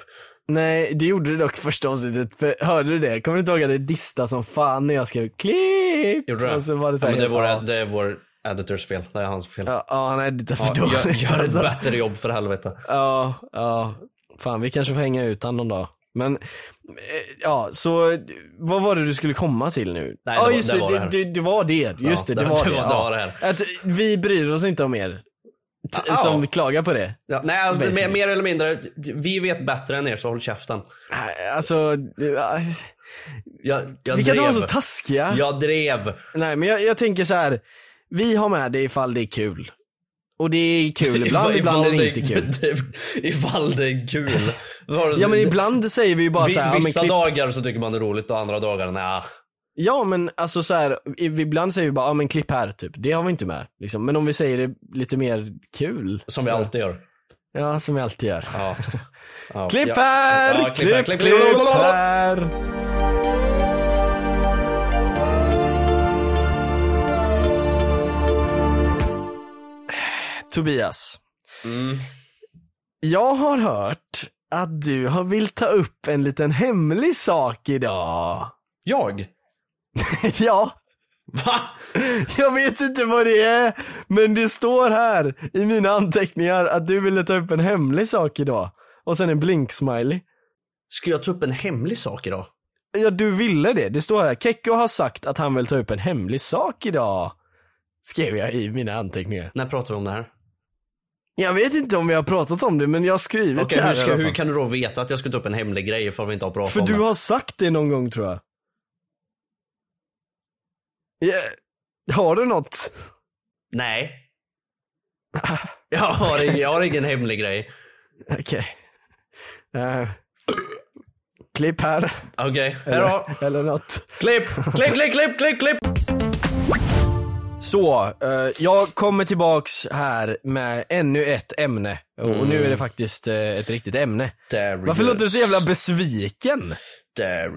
[SPEAKER 2] Nej, det gjorde det dock första avsnittet. För, hörde du det? Kommer du inte ihåg att det dista som fan när jag skrev klipp?
[SPEAKER 3] Gjorde det?
[SPEAKER 2] Och så Alltså, var det så
[SPEAKER 3] ja,
[SPEAKER 2] här,
[SPEAKER 3] men det, är vår,
[SPEAKER 2] ja,
[SPEAKER 3] det är vår editors fel, det är hans fel.
[SPEAKER 2] ja, ja, han editar för
[SPEAKER 3] Ja,
[SPEAKER 2] dåligt.
[SPEAKER 3] gör, gör ett
[SPEAKER 2] alltså.
[SPEAKER 3] bättre jobb för helvete.
[SPEAKER 2] Ja, ja. Fan, vi kanske får hänga ut han någon dag. Men, eh, ja, så eh, vad var det du skulle komma till nu?
[SPEAKER 3] Nej,
[SPEAKER 2] ja,
[SPEAKER 3] det var-
[SPEAKER 2] just
[SPEAKER 3] det var det
[SPEAKER 2] det,
[SPEAKER 3] här.
[SPEAKER 2] det, det var det. Just det,
[SPEAKER 3] Ja,
[SPEAKER 2] det,
[SPEAKER 3] det-
[SPEAKER 2] var det.
[SPEAKER 3] det var- det
[SPEAKER 2] ja.
[SPEAKER 3] var det här.
[SPEAKER 2] Att vi bryr oss inte om er. T-
[SPEAKER 3] Ja.
[SPEAKER 2] Som klagar på det.
[SPEAKER 3] Ja, nej, alltså, mer,
[SPEAKER 2] Basically.
[SPEAKER 3] mer eller mindre, vi vet bättre än er så håll käften.
[SPEAKER 2] Alltså, ja,
[SPEAKER 3] Jag, jag
[SPEAKER 2] vi kan inte vara
[SPEAKER 3] drev.
[SPEAKER 2] så taskiga.
[SPEAKER 3] Jag drev.
[SPEAKER 2] Nej, men jag, jag tänker så här. Vi har med det ifall det är kul. Och det är kul ibland,
[SPEAKER 3] Ifall-
[SPEAKER 2] ibland är
[SPEAKER 3] ifall
[SPEAKER 2] det inte kul.
[SPEAKER 3] det- Ifall det är kul. Var det-
[SPEAKER 2] Ja men ibland säger vi ju bara
[SPEAKER 3] Vi,
[SPEAKER 2] så här, ja, men
[SPEAKER 3] vissa
[SPEAKER 2] klipp-
[SPEAKER 3] dagar så tycker man det är roligt och andra dagar nej.
[SPEAKER 2] Ja men alltså så här, i- ibland säger vi bara, ja men klipp här typ. Det har vi inte med. Liksom. Men om vi säger det lite mer kul.
[SPEAKER 3] Som vi alltid gör.
[SPEAKER 2] Ja, som vi alltid gör.
[SPEAKER 3] Ja. Ja.
[SPEAKER 2] Klipp
[SPEAKER 3] Ja.
[SPEAKER 2] här!
[SPEAKER 3] Ja,
[SPEAKER 2] klipp, klipp, här! Tobias. Mm. Jag har hört att du har vill ta upp en liten hemlig sak idag.
[SPEAKER 3] Jag?
[SPEAKER 2] ja.
[SPEAKER 3] Va?
[SPEAKER 2] Jag vet inte vad det är, men det står här i mina anteckningar att du ville ta upp en hemlig sak idag. Och sen en blink-smiley.
[SPEAKER 3] Ska jag ta upp en hemlig sak idag?
[SPEAKER 2] Ja, du ville det. Det står här, Kekko har sagt att han vill ta upp en hemlig sak idag. Skrev jag i mina anteckningar.
[SPEAKER 3] När pratar vi om det här?
[SPEAKER 2] Jag vet inte om vi har pratat om det, men jag har skrivit
[SPEAKER 3] Okej,
[SPEAKER 2] det här
[SPEAKER 3] hur,
[SPEAKER 2] i
[SPEAKER 3] ska,
[SPEAKER 2] alla
[SPEAKER 3] hur
[SPEAKER 2] fall.
[SPEAKER 3] kan du då veta att jag ska ta upp en hemlig grej ifall vi inte har pratat
[SPEAKER 2] För
[SPEAKER 3] om
[SPEAKER 2] du
[SPEAKER 3] det?
[SPEAKER 2] har sagt det någon gång tror jag. Ja, har du något?
[SPEAKER 3] Nej. Jag har, ingen, jag har ingen hemlig grej.
[SPEAKER 2] Okej. Eh, klipp här.
[SPEAKER 3] Okej, hejdå.
[SPEAKER 2] Eller, eller något.
[SPEAKER 3] Klipp, klipp, klipp, klipp, klipp, klipp!
[SPEAKER 2] Så, eh, jag kommer tillbaks här med ännu ett ämne. Och, och nu är
[SPEAKER 3] Mm.
[SPEAKER 2] det faktiskt eh, ett riktigt ämne.
[SPEAKER 3] Darius.
[SPEAKER 2] Varför låter du så jävla besviken?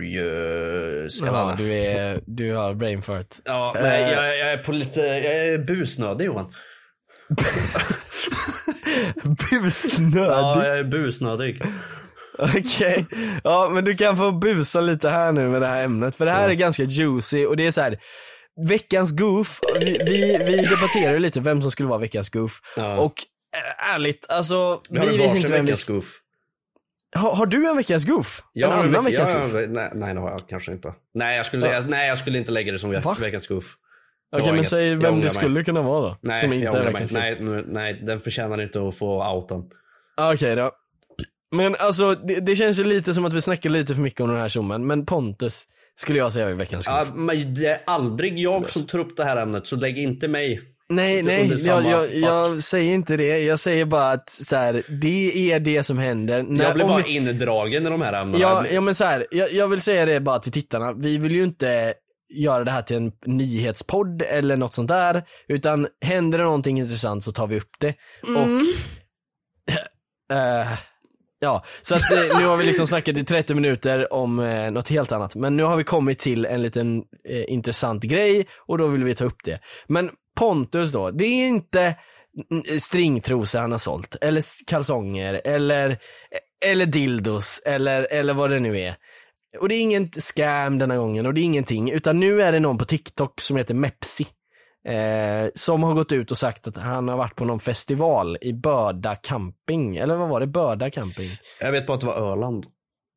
[SPEAKER 3] Darius. Jag
[SPEAKER 2] Ja,
[SPEAKER 3] vann.
[SPEAKER 2] du, är, du har brain fart.
[SPEAKER 3] Ja, nej,
[SPEAKER 2] Eh.
[SPEAKER 3] jag, jag är på lite, jag är busnödig Johan.
[SPEAKER 2] Busnödig.
[SPEAKER 3] Ja, jag är busnödig.
[SPEAKER 2] Okej, ja men du kan få busa lite här nu med det här ämnet för det här är ganska juicy och det är så här. Veckans goof, vi, vi, vi debatterar ju lite vem som skulle vara veckans goof
[SPEAKER 3] Ja.
[SPEAKER 2] och äh, ärligt alltså,
[SPEAKER 3] Vi
[SPEAKER 2] vi,
[SPEAKER 3] har väl
[SPEAKER 2] vet
[SPEAKER 3] varsin
[SPEAKER 2] inte vem vi...
[SPEAKER 3] veckans goof.
[SPEAKER 2] Har, har du en veckans goof?
[SPEAKER 3] Jag
[SPEAKER 2] en
[SPEAKER 3] har
[SPEAKER 2] annan
[SPEAKER 3] veck-
[SPEAKER 2] veckans
[SPEAKER 3] jag har
[SPEAKER 2] goof?
[SPEAKER 3] en ve- Nej, nej, det har jag kanske inte. Nej jag, skulle,
[SPEAKER 2] Ja.
[SPEAKER 3] jag, nej, jag skulle inte lägga det som
[SPEAKER 2] Va?
[SPEAKER 3] ve- veckans goof. Jag
[SPEAKER 2] Okej
[SPEAKER 3] har
[SPEAKER 2] men
[SPEAKER 3] inget.
[SPEAKER 2] säg
[SPEAKER 3] Jag
[SPEAKER 2] vem
[SPEAKER 3] ångrar
[SPEAKER 2] det
[SPEAKER 3] mig.
[SPEAKER 2] skulle kunna vara då,
[SPEAKER 3] Nej,
[SPEAKER 2] som inte
[SPEAKER 3] jag
[SPEAKER 2] är
[SPEAKER 3] ångrar mig.
[SPEAKER 2] veckans goof.
[SPEAKER 3] Nej, nu- nej, den förtjänar inte att få outen.
[SPEAKER 2] Ah, Okej då. Men alltså det, det känns ju lite som att vi snackar lite för mycket om den här tjommen, men Pontus skulle jag säga är veckans goof.
[SPEAKER 3] Ja, men det är aldrig jag som tar upp det här ämnet, så lägg inte mig.
[SPEAKER 2] Nej,
[SPEAKER 3] Inte
[SPEAKER 2] nej,
[SPEAKER 3] under
[SPEAKER 2] jag,
[SPEAKER 3] samma
[SPEAKER 2] jag,
[SPEAKER 3] fack.
[SPEAKER 2] jag säger inte det. Jag säger bara att så här, det är det som händer. När,
[SPEAKER 3] Jag blir
[SPEAKER 2] om
[SPEAKER 3] bara
[SPEAKER 2] vi-
[SPEAKER 3] indragen i de här ämnena.
[SPEAKER 2] ja, ja, men så här, jag, jag vill säga det bara till tittarna. Vi vill ju inte göra det här till en nyhetspodd eller något sånt där. Utan händer det någonting intressant så tar vi upp det. Och... Eh, ja, så att eh, nu har vi liksom snackat i 30 minuter om eh, något helt annat. Men nu har vi kommit till en liten eh, intressant grej och då vill vi ta upp det. Men Pontus då, det är inte mm, stringtrosor han har sålt, eller s- kalsonger, eller, eh, eller dildos, eller, eller vad det nu är. Och det är ingen scam denna gången och det är ingenting, utan nu är det någon på TikTok som heter Mepsi. Eh, som har gått ut och sagt att han har varit på någon festival i Börda camping, eller vad var det? Börda camping?
[SPEAKER 3] Jag vet bara att det var Öland.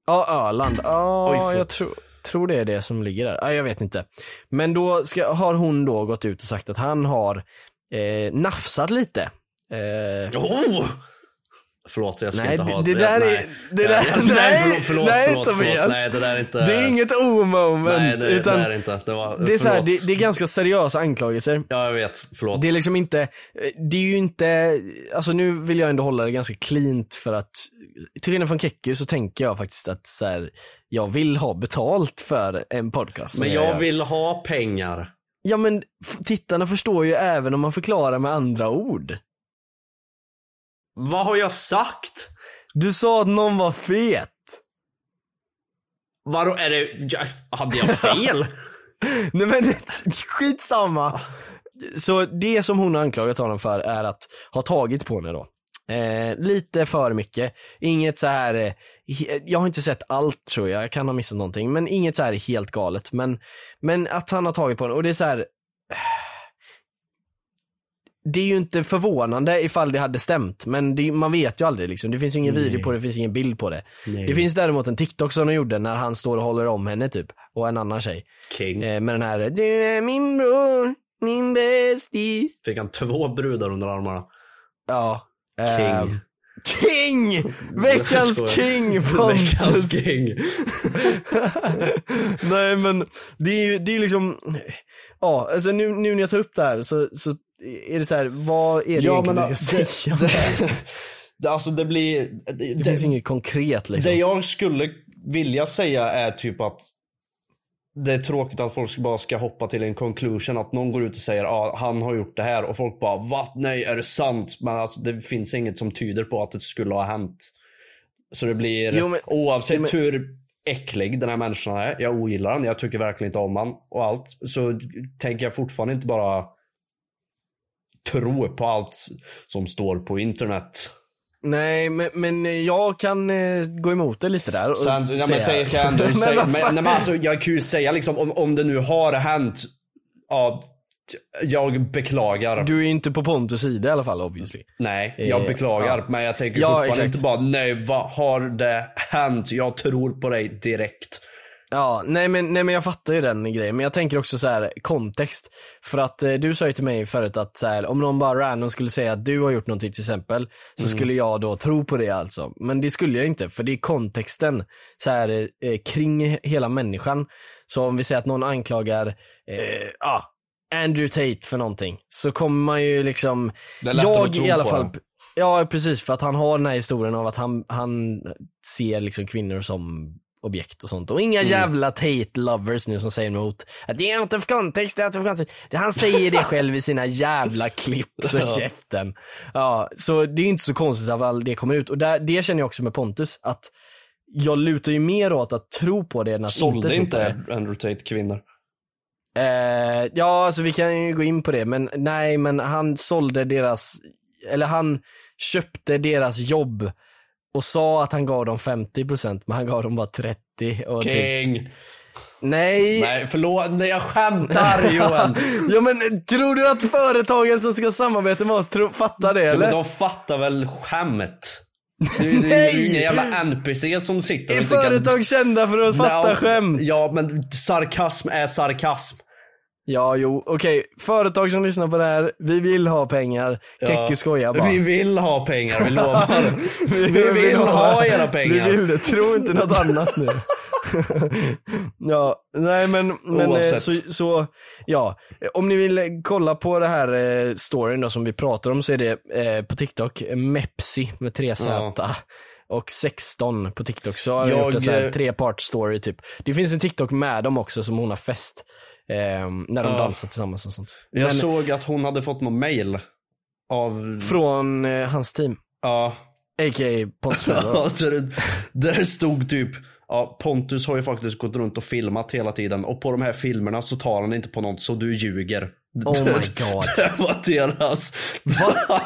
[SPEAKER 2] Ja, Öland.
[SPEAKER 3] Oj,
[SPEAKER 2] Ja,
[SPEAKER 3] förlåt.
[SPEAKER 2] jag tror tror det är det som ligger där. Ja, jag vet inte. Men då ska, har hon då gått ut och sagt att han har eh, nafsat lite. Eh,
[SPEAKER 3] Oh! Förlåt, jag ska
[SPEAKER 2] Nej,
[SPEAKER 3] inte ha
[SPEAKER 2] det- det där är-
[SPEAKER 3] nej.
[SPEAKER 2] det
[SPEAKER 3] Nej,
[SPEAKER 2] där-
[SPEAKER 3] jag- nej,
[SPEAKER 2] nej,
[SPEAKER 3] förlåt, förlåt,
[SPEAKER 2] nej,
[SPEAKER 3] förlåt,
[SPEAKER 2] Tobias.
[SPEAKER 3] förlåt. Nej, det där är inte...
[SPEAKER 2] det är inget o-moment.
[SPEAKER 3] Eh, Nej, det,
[SPEAKER 2] utan
[SPEAKER 3] det där är inte. Det, var,
[SPEAKER 2] det, är så här,
[SPEAKER 3] förlåt.
[SPEAKER 2] det, det är ganska seriösa anklagelser.
[SPEAKER 3] Ja, jag vet. Förlåt.
[SPEAKER 2] Det är liksom inte, eh, det är ju inte, alltså nu vill jag ändå hålla det ganska cleant för att till skillnad från Kekki så tänker jag faktiskt att så här, jag vill ha betalt för en podcast. Eh, som
[SPEAKER 3] Men
[SPEAKER 2] gör.
[SPEAKER 3] jag vill ha pengar.
[SPEAKER 2] Ja men f- tittarna förstår ju även om man förklarar med andra ord.
[SPEAKER 3] Vad har jag sagt?
[SPEAKER 2] Du sa att någon var fet.
[SPEAKER 3] Vadå, är det... Jag, hade jag fel?
[SPEAKER 2] Nej men skitsamma. Så det som hon har anklagat honom för är att ha tagit på henne då. Eh, lite för mycket. Inget så här. eh, he- jag har inte sett allt tror jag, jag kan ha missat någonting. Men inget så här helt galet. Men, men att han har tagit på henne och det är så här. eh, Det är ju inte förvånande ifall det hade stämt, men det, man vet ju aldrig liksom. Det finns ingen video på det, det finns ingen bild på det. Det finns däremot en TikTok som de gjorde när han står och håller om henne typ, och en annan tjej.
[SPEAKER 3] King.
[SPEAKER 2] Eh, med den här Du är min bror, min bästis.
[SPEAKER 3] Fick han två brudar under armarna.
[SPEAKER 2] Ja.
[SPEAKER 3] King.
[SPEAKER 2] ehm, king! Veckans
[SPEAKER 3] Jag skojar.
[SPEAKER 2] king
[SPEAKER 3] Veckans
[SPEAKER 2] Pontus.
[SPEAKER 3] king.
[SPEAKER 2] Nej men det är ju det är ju liksom, ja alltså nu, nu när jag tar upp det här så, så är det så här, vad är det egentligen vi ska
[SPEAKER 3] äh, det-
[SPEAKER 2] säga? Det,
[SPEAKER 3] det- det- Alltså det blir... Det, det,
[SPEAKER 2] finns inget konkret liksom.
[SPEAKER 3] det jag skulle vilja säga är typ att det är tråkigt att folk bara ska hoppa till en conclusion. Att någon går ut och säger ah, han har gjort det här och folk bara va? Nej, är det sant? Men alltså, det finns inget som tyder på att det skulle ha hänt. Så det blir,
[SPEAKER 2] Jo, men-
[SPEAKER 3] oavsett
[SPEAKER 2] jo, men-
[SPEAKER 3] hur äcklig den här människan är, jag ogillar den, jag tycker verkligen inte om han och allt, så tänker jag fortfarande inte bara tro på allt som står på internet.
[SPEAKER 2] Nej men, men jag kan eh, gå emot det lite där. och
[SPEAKER 3] Sen, ja, men säger kan jag ändå
[SPEAKER 2] Men
[SPEAKER 3] säga,
[SPEAKER 2] vad
[SPEAKER 3] men,
[SPEAKER 2] fan?
[SPEAKER 3] nej, men alltså, jag kan ju säga liksom om, om det nu har hänt, ja, jag beklagar.
[SPEAKER 2] Du är ju inte på Pontus sida i alla fall obviously.
[SPEAKER 3] nej, jag
[SPEAKER 2] Eh,
[SPEAKER 3] beklagar.
[SPEAKER 2] ja.
[SPEAKER 3] Men jag tänker
[SPEAKER 2] Ja,
[SPEAKER 3] fortfarande
[SPEAKER 2] exakt.
[SPEAKER 3] inte bara, nej vad har det hänt? Jag tror på dig direkt.
[SPEAKER 2] Ja, nej men, nej men jag fattar ju den grejen, men jag tänker också så här kontext. För att eh, du sa ju till mig förut att så här, om någon bara random skulle säga att du har gjort någonting till exempel, så
[SPEAKER 3] Mm.
[SPEAKER 2] skulle jag då tro på det alltså. Men det skulle jag inte, för det är kontexten så här, eh, kring hela människan. Så om vi säger att någon anklagar eh, ah, Andrew Tate för någonting, så kommer man ju liksom,
[SPEAKER 3] är lättare att
[SPEAKER 2] jag
[SPEAKER 3] tro
[SPEAKER 2] i alla
[SPEAKER 3] på
[SPEAKER 2] fall,
[SPEAKER 3] dem.
[SPEAKER 2] Ja precis, för att han har den här historien av att han, han ser liksom kvinnor som objekt och sånt. Och inga
[SPEAKER 3] Mm.
[SPEAKER 2] jävla Tate-lovers nu som säger emot. Att det är out of context, det är out of context. Det- Han säger det själv i sina jävla klipp, så käften. Ja, så det är inte så konstigt att all det kommer ut. Och där, det känner jag också med Pontus, att jag lutar ju mer åt att tro på det än att inte
[SPEAKER 3] Sålde
[SPEAKER 2] tro på det.
[SPEAKER 3] inte Andrew Tate kvinnor?
[SPEAKER 2] Eh, ja, alltså vi kan ju gå in på det, men nej, men han sålde deras, eller han köpte deras jobb och sa att han gav dem 50% men han gav dem bara 30 och typ,
[SPEAKER 3] King!
[SPEAKER 2] nej.
[SPEAKER 3] Nej, förlåt. Nej, jag skämtar Johan.
[SPEAKER 2] ja men tror du att företagen som ska samarbeta med oss tror, fattar det
[SPEAKER 3] Ja,
[SPEAKER 2] eller?
[SPEAKER 3] men de fattar väl skämt? Det är ju det är ju
[SPEAKER 2] Nej!
[SPEAKER 3] ingen jävla NPC som sitter och
[SPEAKER 2] Är
[SPEAKER 3] tycker att-
[SPEAKER 2] företag kända för att fatta
[SPEAKER 3] Ja,
[SPEAKER 2] skämt?
[SPEAKER 3] Ja, men sarkasm är sarkasm.
[SPEAKER 2] Ja, jo, okej. Företag som lyssnar på det här, vi vill ha pengar. Kekke skojar bara.
[SPEAKER 3] Vi vill ha pengar, vi lovar. vi vill ha era pengar.
[SPEAKER 2] Vi vill det, tro inte något annat nu. ja, nej men, men eh,
[SPEAKER 3] Oavsett.
[SPEAKER 2] så, så, ja. Om ni vill eh, kolla på det här eh, storyn då som vi pratar om så är det eh, på TikTok, Mepsi med 3Z. Och 16 på TikTok, så har jag,
[SPEAKER 3] Jag,
[SPEAKER 2] gjort en sån här
[SPEAKER 3] eh,
[SPEAKER 2] trepart story typ. Det finns en TikTok med dem också som hon har fest. Eh, när de dansar tillsammans och sånt.
[SPEAKER 3] Jag såg att hon hade fått någon mail av,
[SPEAKER 2] Från eh, hans team,
[SPEAKER 3] ja,
[SPEAKER 2] a.k.a. Pontus Fjäder.
[SPEAKER 3] Ja, där, där stod typ, ja, Pontus har ju faktiskt gått runt och filmat hela tiden och på de här filmerna så tar han inte på något så du ljuger.
[SPEAKER 2] Oh my
[SPEAKER 3] Det-
[SPEAKER 2] God.
[SPEAKER 3] Det var deras.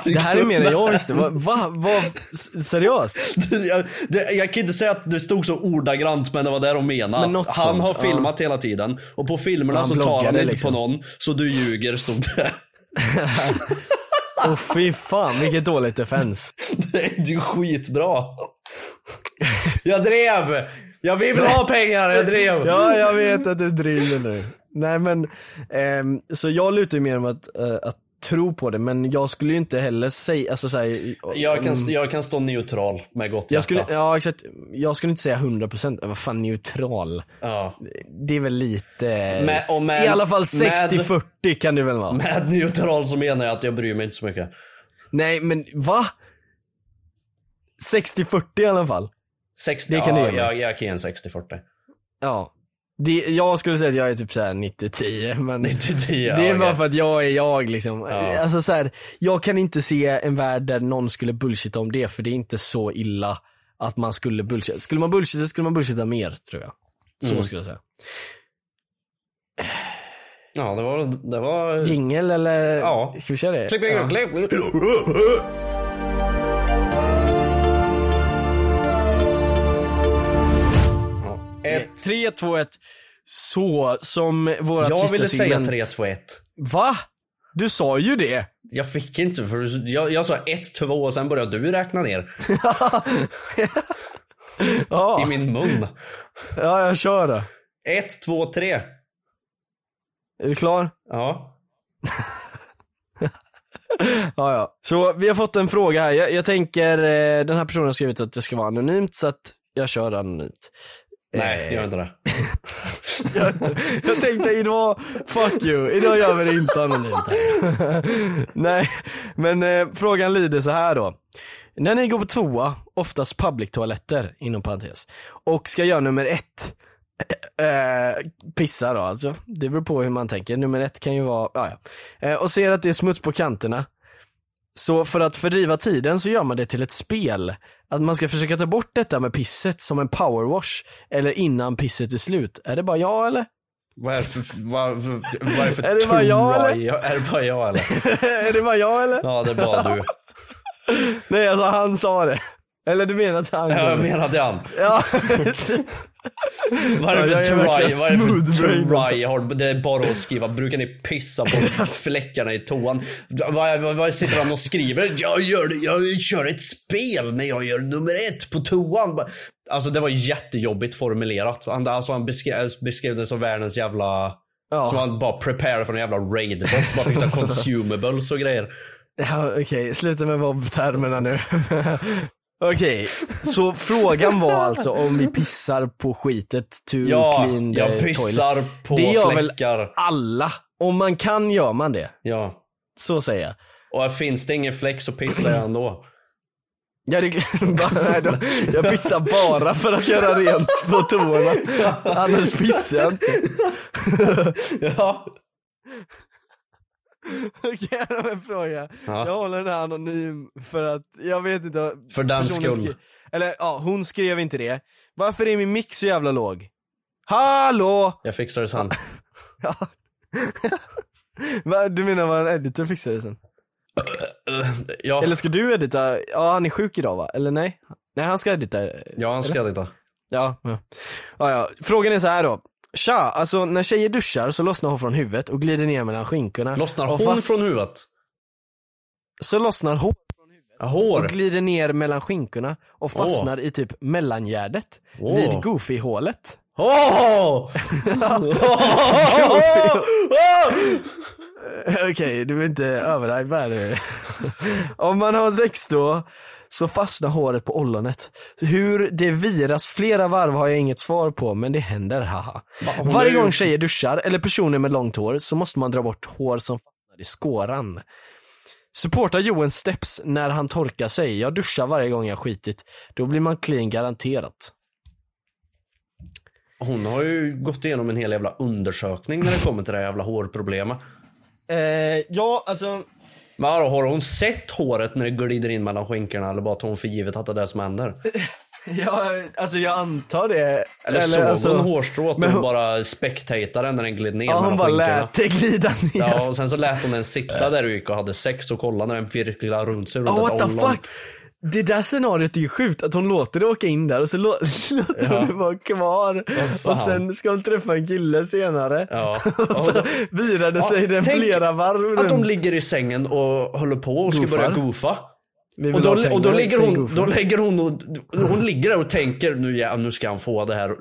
[SPEAKER 2] Det här är mer än jag visste. Va? Va? Va? S- Seriöst?
[SPEAKER 3] Jag, det, jag kan inte säga att det stod så ordagrant men det var det de menade.
[SPEAKER 2] Men något
[SPEAKER 3] han
[SPEAKER 2] sånt,
[SPEAKER 3] har
[SPEAKER 2] ja.
[SPEAKER 3] filmat hela tiden och på filmerna
[SPEAKER 2] Han
[SPEAKER 3] så tar
[SPEAKER 2] vloggade
[SPEAKER 3] han inte
[SPEAKER 2] liksom.
[SPEAKER 3] på någon så du ljuger stod det.
[SPEAKER 2] Åh fy fan vilket dåligt defens.
[SPEAKER 3] Det är ju skitbra. Jag drev! Jag vi vill ha pengar, jag drev.
[SPEAKER 2] Ja jag vet att du driver nu. Nej men, ehm, så jag lutar ju mer om att, eh, att tro på det men jag skulle ju inte heller säga, alltså säga
[SPEAKER 3] Jag kan, jag kan stå neutral med gott hjärta.
[SPEAKER 2] Mm. jag skulle, ja exakt, jag skulle inte säga 100%, vad fan neutral.
[SPEAKER 3] Ja.
[SPEAKER 2] Det är väl lite,
[SPEAKER 3] Med- och med-
[SPEAKER 2] i alla fall
[SPEAKER 3] med-
[SPEAKER 2] 60-40 kan det väl vara?
[SPEAKER 3] Med neutral så menar jag att jag bryr mig inte så mycket.
[SPEAKER 2] Nej men va? 60-40 i alla fall.
[SPEAKER 3] 60,
[SPEAKER 2] Det kan du
[SPEAKER 3] ja,
[SPEAKER 2] ge mig.
[SPEAKER 3] jag, jag kan ge en 60-40.
[SPEAKER 2] Ja. Det, jag skulle säga att jag är typ såhär 90-10 men
[SPEAKER 3] 90-10,
[SPEAKER 2] Det
[SPEAKER 3] ja,
[SPEAKER 2] är bara
[SPEAKER 3] okej.
[SPEAKER 2] för att jag är jag liksom. Alltså så här, jag kan inte se en värld där någon skulle bullshita om det för det är inte så illa att man skulle bullshita. Skulle man bullshita skulle man bullshita mer tror jag. Så skulle jag säga.
[SPEAKER 3] Ja, det var... Det var...
[SPEAKER 2] Jingel eller?
[SPEAKER 3] Ja.
[SPEAKER 2] Ska vi köra det?
[SPEAKER 3] Klipp,
[SPEAKER 2] ja.
[SPEAKER 3] klipp, klipp. Ja, ett.
[SPEAKER 2] 3, 2, 1. Så, som vårat
[SPEAKER 3] Jag
[SPEAKER 2] sista
[SPEAKER 3] ville säga
[SPEAKER 2] segment.
[SPEAKER 3] 3, 2, 1.
[SPEAKER 2] Va? Du sa ju det.
[SPEAKER 3] Jag fick inte för du- jag, jag sa 1, 2 och sen började du räkna ner. I min mun.
[SPEAKER 2] Ja, jag kör då.
[SPEAKER 3] 1, 2, 3.
[SPEAKER 2] Är du klar?
[SPEAKER 3] Ja.
[SPEAKER 2] Ja, ja. Så vi har fått en fråga här. Jag, jag tänker, eh, den här personen har skrivit att det ska vara anonymt så att jag kör anonymt.
[SPEAKER 3] Nej, gör inte det.
[SPEAKER 2] Jag, jag tänkte idag, fuck you, idag gör vi det inte anonymt. här. Nej, men eh, frågan lyder så här då. När ni går på toa, oftast public-toaletter inom parentes, och ska göra nummer ett, eh, pissa då alltså, det beror på hur man tänker, nummer ett kan ju vara, ja, ja. Eh, och ser att det är smuts på kanterna, så för att fördriva tiden så gör man det till ett spel. Att man ska försöka ta bort detta med pisset som en powerwash. Eller innan pisset är slut. Är det bara jag eller?
[SPEAKER 3] Vad är det för, vad, vad vad är det för
[SPEAKER 2] Är det bara jag,
[SPEAKER 3] tumra
[SPEAKER 2] eller?
[SPEAKER 3] i- Är det bara jag eller?
[SPEAKER 2] är det bara jag eller?
[SPEAKER 3] Ja, det är bara du.
[SPEAKER 2] Nej alltså han sa det. Eller du menar att han
[SPEAKER 3] Ja, Jag menade han.
[SPEAKER 2] Ja.
[SPEAKER 3] Vad är
[SPEAKER 2] Ja,
[SPEAKER 3] det
[SPEAKER 2] jag är
[SPEAKER 3] för
[SPEAKER 2] verkligen
[SPEAKER 3] try? Vad är det
[SPEAKER 2] smooth brain,
[SPEAKER 3] för
[SPEAKER 2] alltså.
[SPEAKER 3] try? hard- Det är bara att skriva. Brukar ni pissa på fläckarna i toan? Vad, vad, vad sitter han och skriver? Jag, gör, det- jag kör ett spel när jag gör nummer ett på toan. Alltså det var jättejobbigt formulerat. Han, alltså, han beskrev, beskrev det som världens jävla...
[SPEAKER 2] Ja.
[SPEAKER 3] Som han bara prepare för en jävla raidboss. Bara fick så här consumables och grejer.
[SPEAKER 2] Ja, Okej, sluta med Bob-termerna nu. Okej, så frågan var alltså om vi pissar på skitet to
[SPEAKER 3] Ja,
[SPEAKER 2] clean the
[SPEAKER 3] jag pissar
[SPEAKER 2] toilet.
[SPEAKER 3] på
[SPEAKER 2] Det gör väl
[SPEAKER 3] fläckar.
[SPEAKER 2] alla? Om man kan gör man det.
[SPEAKER 3] Ja.
[SPEAKER 2] Så säger jag.
[SPEAKER 3] Och finns det ingen fläck så pissar jag ändå.
[SPEAKER 2] Ja, det, bara, nej, då, jag pissar bara för att göra rent på toorna. Annars pissar jag inte.
[SPEAKER 3] Ja.
[SPEAKER 2] Okej, här har vi en fråga.
[SPEAKER 3] Ja.
[SPEAKER 2] Jag håller den här anonym för att jag vet inte.
[SPEAKER 3] För den
[SPEAKER 2] personen
[SPEAKER 3] skull.
[SPEAKER 2] skrev- Eller ja, hon skrev inte det. Varför är min mick så jävla låg? Hallå!
[SPEAKER 3] Jag fixar det sen.
[SPEAKER 2] Va, Du menar vad en editor fixar det sen?
[SPEAKER 3] Ja.
[SPEAKER 2] Eller ska du edita? Ja, han är sjuk idag va? Eller nej? Nej, han ska dit där.
[SPEAKER 3] Ja, han ska titta.
[SPEAKER 2] Ja, ja. ja, ja. Frågan är så här då. Tja, alltså när tjejer duschar så lossnar hon från huvudet och glider ner mellan skinkorna.
[SPEAKER 3] Lossnar
[SPEAKER 2] och
[SPEAKER 3] hon från huvudet?
[SPEAKER 2] Så lossnar hår
[SPEAKER 3] Ja,
[SPEAKER 2] och
[SPEAKER 3] Hår?
[SPEAKER 2] glider ner mellan skinkorna och fastnar i typ mellangärdet
[SPEAKER 3] Åh.
[SPEAKER 2] vid Goofy-hålet.
[SPEAKER 3] Åh!
[SPEAKER 2] Eh, Okej, du är inte överhypad här nu. Om man har sex då så fastnar håret på ollonet. Hur det viras flera varv har jag inget svar på men det händer, haha.
[SPEAKER 3] hon
[SPEAKER 2] Varje
[SPEAKER 3] är ju-
[SPEAKER 2] gång tjejer duschar eller personer med långt hår så måste man dra bort hår som fastnar i skåran. Supporta Joens steps när han torkar sig. Jag duschar varje gång jag skitit. Då blir man clean garanterat.
[SPEAKER 3] Hon har ju gått igenom en hel jävla undersökning när det kommer till det här jävla hårproblemet.
[SPEAKER 2] Eh, ja, alltså
[SPEAKER 3] Men vadå, har hon sett håret när det glider in mellan skinkorna eller bara tar hon för givet att det är det som händer?
[SPEAKER 2] Ja, alltså jag antar det.
[SPEAKER 3] Eller, såg
[SPEAKER 2] alltså-
[SPEAKER 3] hon hårstrået och
[SPEAKER 2] Men hon-
[SPEAKER 3] bara spectatade när den gled ner
[SPEAKER 2] Ja, hon
[SPEAKER 3] mellan
[SPEAKER 2] bara
[SPEAKER 3] skinkorna?
[SPEAKER 2] lät det glida ner.
[SPEAKER 3] Ja, och sen så lät hon den sitta där och gick och hade sex och kollade när den virklade runt sig runt
[SPEAKER 2] oh,
[SPEAKER 3] ett
[SPEAKER 2] what the
[SPEAKER 3] ollon.
[SPEAKER 2] fuck? Det där scenariot är ju sjukt, att hon låter det åka in där och så lå- låter hon det vara kvar.
[SPEAKER 3] fan.
[SPEAKER 2] och sen ska hon träffa en kille senare.
[SPEAKER 3] Ja.
[SPEAKER 2] och så virade sig den
[SPEAKER 3] tänk
[SPEAKER 2] flera varv
[SPEAKER 3] Att de
[SPEAKER 2] runt.
[SPEAKER 3] ligger i sängen och håller på och ska
[SPEAKER 2] Goofar.
[SPEAKER 3] börja goofa.
[SPEAKER 2] Vi vill
[SPEAKER 3] Och
[SPEAKER 2] ha
[SPEAKER 3] då,
[SPEAKER 2] pengar,
[SPEAKER 3] och då ligger
[SPEAKER 2] säger
[SPEAKER 3] hon,
[SPEAKER 2] Goofy.
[SPEAKER 3] då lägger hon och, hon ligger där och tänker nu, ja, nu ska han få det här,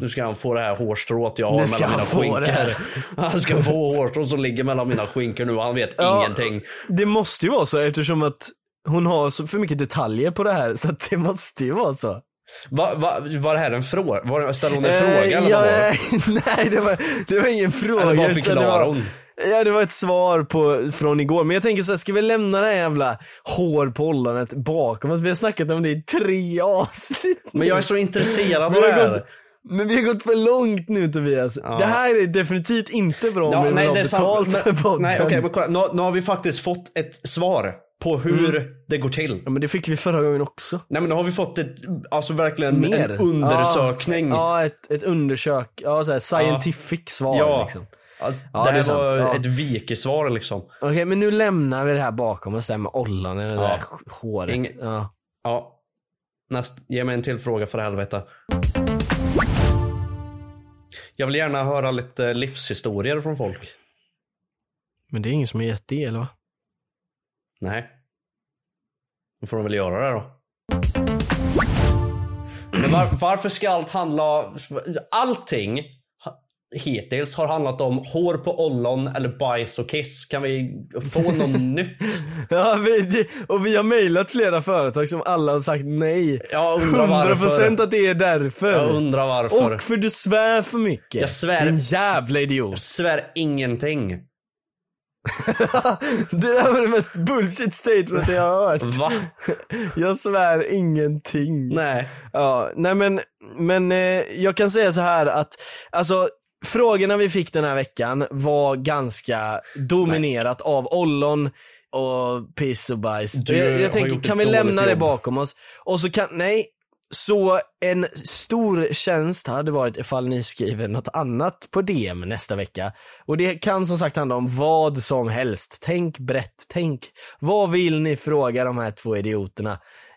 [SPEAKER 3] nu ska han få det här hårstrået jag har
[SPEAKER 2] Nu ska
[SPEAKER 3] mellan mina
[SPEAKER 2] han få det här.
[SPEAKER 3] skinkor. Han ska få hårstrån som ligger mellan mina skinkor nu och han vet
[SPEAKER 2] Ja.
[SPEAKER 3] ingenting.
[SPEAKER 2] Det måste ju vara så eftersom att hon har så för mycket detaljer på det här så att det måste ju vara så.
[SPEAKER 3] Va, va, var det här en fråga? Var, ställde hon en
[SPEAKER 2] Eh,
[SPEAKER 3] fråga eller
[SPEAKER 2] ja,
[SPEAKER 3] vad var det?
[SPEAKER 2] Nej, det var, det var ingen fråga.
[SPEAKER 3] Eller bara
[SPEAKER 2] utan det
[SPEAKER 3] förklarar
[SPEAKER 2] var-
[SPEAKER 3] hon?
[SPEAKER 2] Ja, det var ett svar på, från igår. Men jag tänker så här, ska vi lämna det här jävla hår på ollonet bakom oss? Vi har snackat om det i tre avsnitt.
[SPEAKER 3] Men jag är så intresserad av
[SPEAKER 2] Vi
[SPEAKER 3] det
[SPEAKER 2] har
[SPEAKER 3] här.
[SPEAKER 2] gått, men vi har gått för långt nu Tobias. Det här är definitivt inte bra om
[SPEAKER 3] Ja,
[SPEAKER 2] vi vill
[SPEAKER 3] nej,
[SPEAKER 2] ha
[SPEAKER 3] det är sant.
[SPEAKER 2] betalt för
[SPEAKER 3] Men,
[SPEAKER 2] podden.
[SPEAKER 3] nej, okej, men kolla, nu, nu har vi faktiskt fått ett svar på hur
[SPEAKER 2] Mm.
[SPEAKER 3] det går till.
[SPEAKER 2] Ja men det fick vi förra gången också.
[SPEAKER 3] Nej men nu har vi fått ett, alltså verkligen
[SPEAKER 2] Mer.
[SPEAKER 3] en undersökning.
[SPEAKER 2] Ja, ett, ett undersök, ja så här, scientific svar
[SPEAKER 3] Ja.
[SPEAKER 2] liksom.
[SPEAKER 3] Ja,
[SPEAKER 2] Ja,
[SPEAKER 3] det,
[SPEAKER 2] det är
[SPEAKER 3] här var
[SPEAKER 2] sant. Ja.
[SPEAKER 3] ett vikesvar liksom.
[SPEAKER 2] Okej, men nu lämnar vi det här bakom oss, det här med ollonen och det
[SPEAKER 3] Ja.
[SPEAKER 2] där håret.
[SPEAKER 3] Ingen-
[SPEAKER 2] Ja.
[SPEAKER 3] Ja. Näst, ge mig en till fråga för helvete. Jag vill gärna höra lite livshistorier från folk.
[SPEAKER 2] Men det är ingen som har gett det eller va?
[SPEAKER 3] Nej. Då får de väl göra det då. Men var, varför ska allt handla... Allting ha- hittills har handlat om hår på ollon eller bajs och kiss. Kan vi få något nytt?
[SPEAKER 2] Ja, vi, det- och vi har mejlat flera företag som alla har sagt nej.
[SPEAKER 3] Jag undrar
[SPEAKER 2] 100%
[SPEAKER 3] varför.
[SPEAKER 2] att det är därför.
[SPEAKER 3] Jag undrar varför.
[SPEAKER 2] Och för du svär för mycket.
[SPEAKER 3] Jag svär-
[SPEAKER 2] Din jävla idiot.
[SPEAKER 3] Svär ingenting.
[SPEAKER 2] Det där var det mest bullshit statement jag har hört.
[SPEAKER 3] Va?
[SPEAKER 2] Jag svär ingenting.
[SPEAKER 3] Nej.
[SPEAKER 2] Ja, nej men, men eh, jag kan säga så här att, alltså frågorna vi fick den här veckan var ganska dominerat av ollon och piss och bajs.
[SPEAKER 3] Du
[SPEAKER 2] jag
[SPEAKER 3] har
[SPEAKER 2] jag tänker,
[SPEAKER 3] gjort
[SPEAKER 2] kan vi
[SPEAKER 3] ett
[SPEAKER 2] lämna
[SPEAKER 3] dåligt
[SPEAKER 2] det
[SPEAKER 3] jobb.
[SPEAKER 2] bakom oss? Och så kan, nej. Så en stor tjänst hade varit ifall ni skriver något annat på DM nästa vecka. Och det kan som sagt handla om vad som helst. Tänk brett, tänk. Vad vill ni fråga de här två idioterna?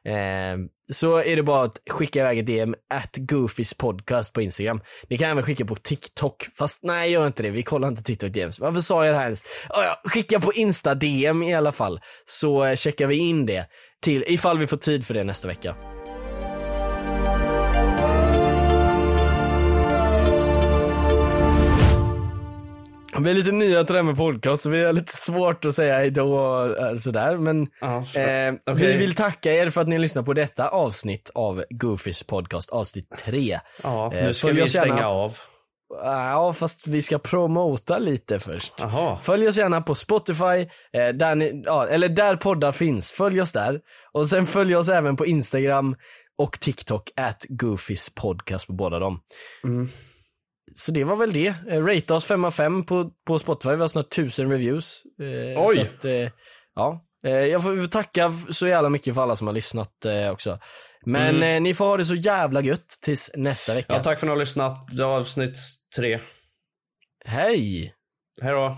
[SPEAKER 2] Eh, så är det bara att skicka iväg ett DM at Goofys podcast på Instagram. Ni kan även skicka på TikTok, fast nej gör inte det, vi kollar inte TikTok DMs. Varför sa jag det här ens? Ah, ja, skicka på Insta DM i alla fall, så eh, checkar vi in det till, ifall vi får tid för det nästa vecka. Vi är lite nya till det här med podcast, så vi har lite svårt att säga hejdå och eh, sådär. Men
[SPEAKER 3] Ja, förstå-
[SPEAKER 2] eh, vi
[SPEAKER 3] Ah, okej.
[SPEAKER 2] vill tacka er för att ni lyssnar på detta avsnitt av Goofys podcast, avsnitt 3.
[SPEAKER 3] Ja,
[SPEAKER 2] Eh,
[SPEAKER 3] nu ska
[SPEAKER 2] följ
[SPEAKER 3] vi
[SPEAKER 2] oss gärna-
[SPEAKER 3] stänga av.
[SPEAKER 2] Ja, fast vi ska promota lite först.
[SPEAKER 3] Jaha.
[SPEAKER 2] Följ oss gärna på Spotify, eh, där ni, ja, eller där poddar finns. Följ oss där. Och sen följ oss även på Instagram och TikTok, at Goofys podcast på båda dem.
[SPEAKER 3] Mm.
[SPEAKER 2] Så det var väl det. Eh, rate oss 5 av 5 på, på Spotify. Vi har snart 1000 reviews. Eh,
[SPEAKER 3] Oj.
[SPEAKER 2] Så att, eh, ja. Eh, jag får tacka så jävla mycket för alla som har lyssnat eh, också. Men eh, ni får ha det så jävla gött tills nästa vecka.
[SPEAKER 3] Mm. Ja, tack för att ni har lyssnat. Det var avsnitt tre.
[SPEAKER 2] Hej!
[SPEAKER 3] Hej då.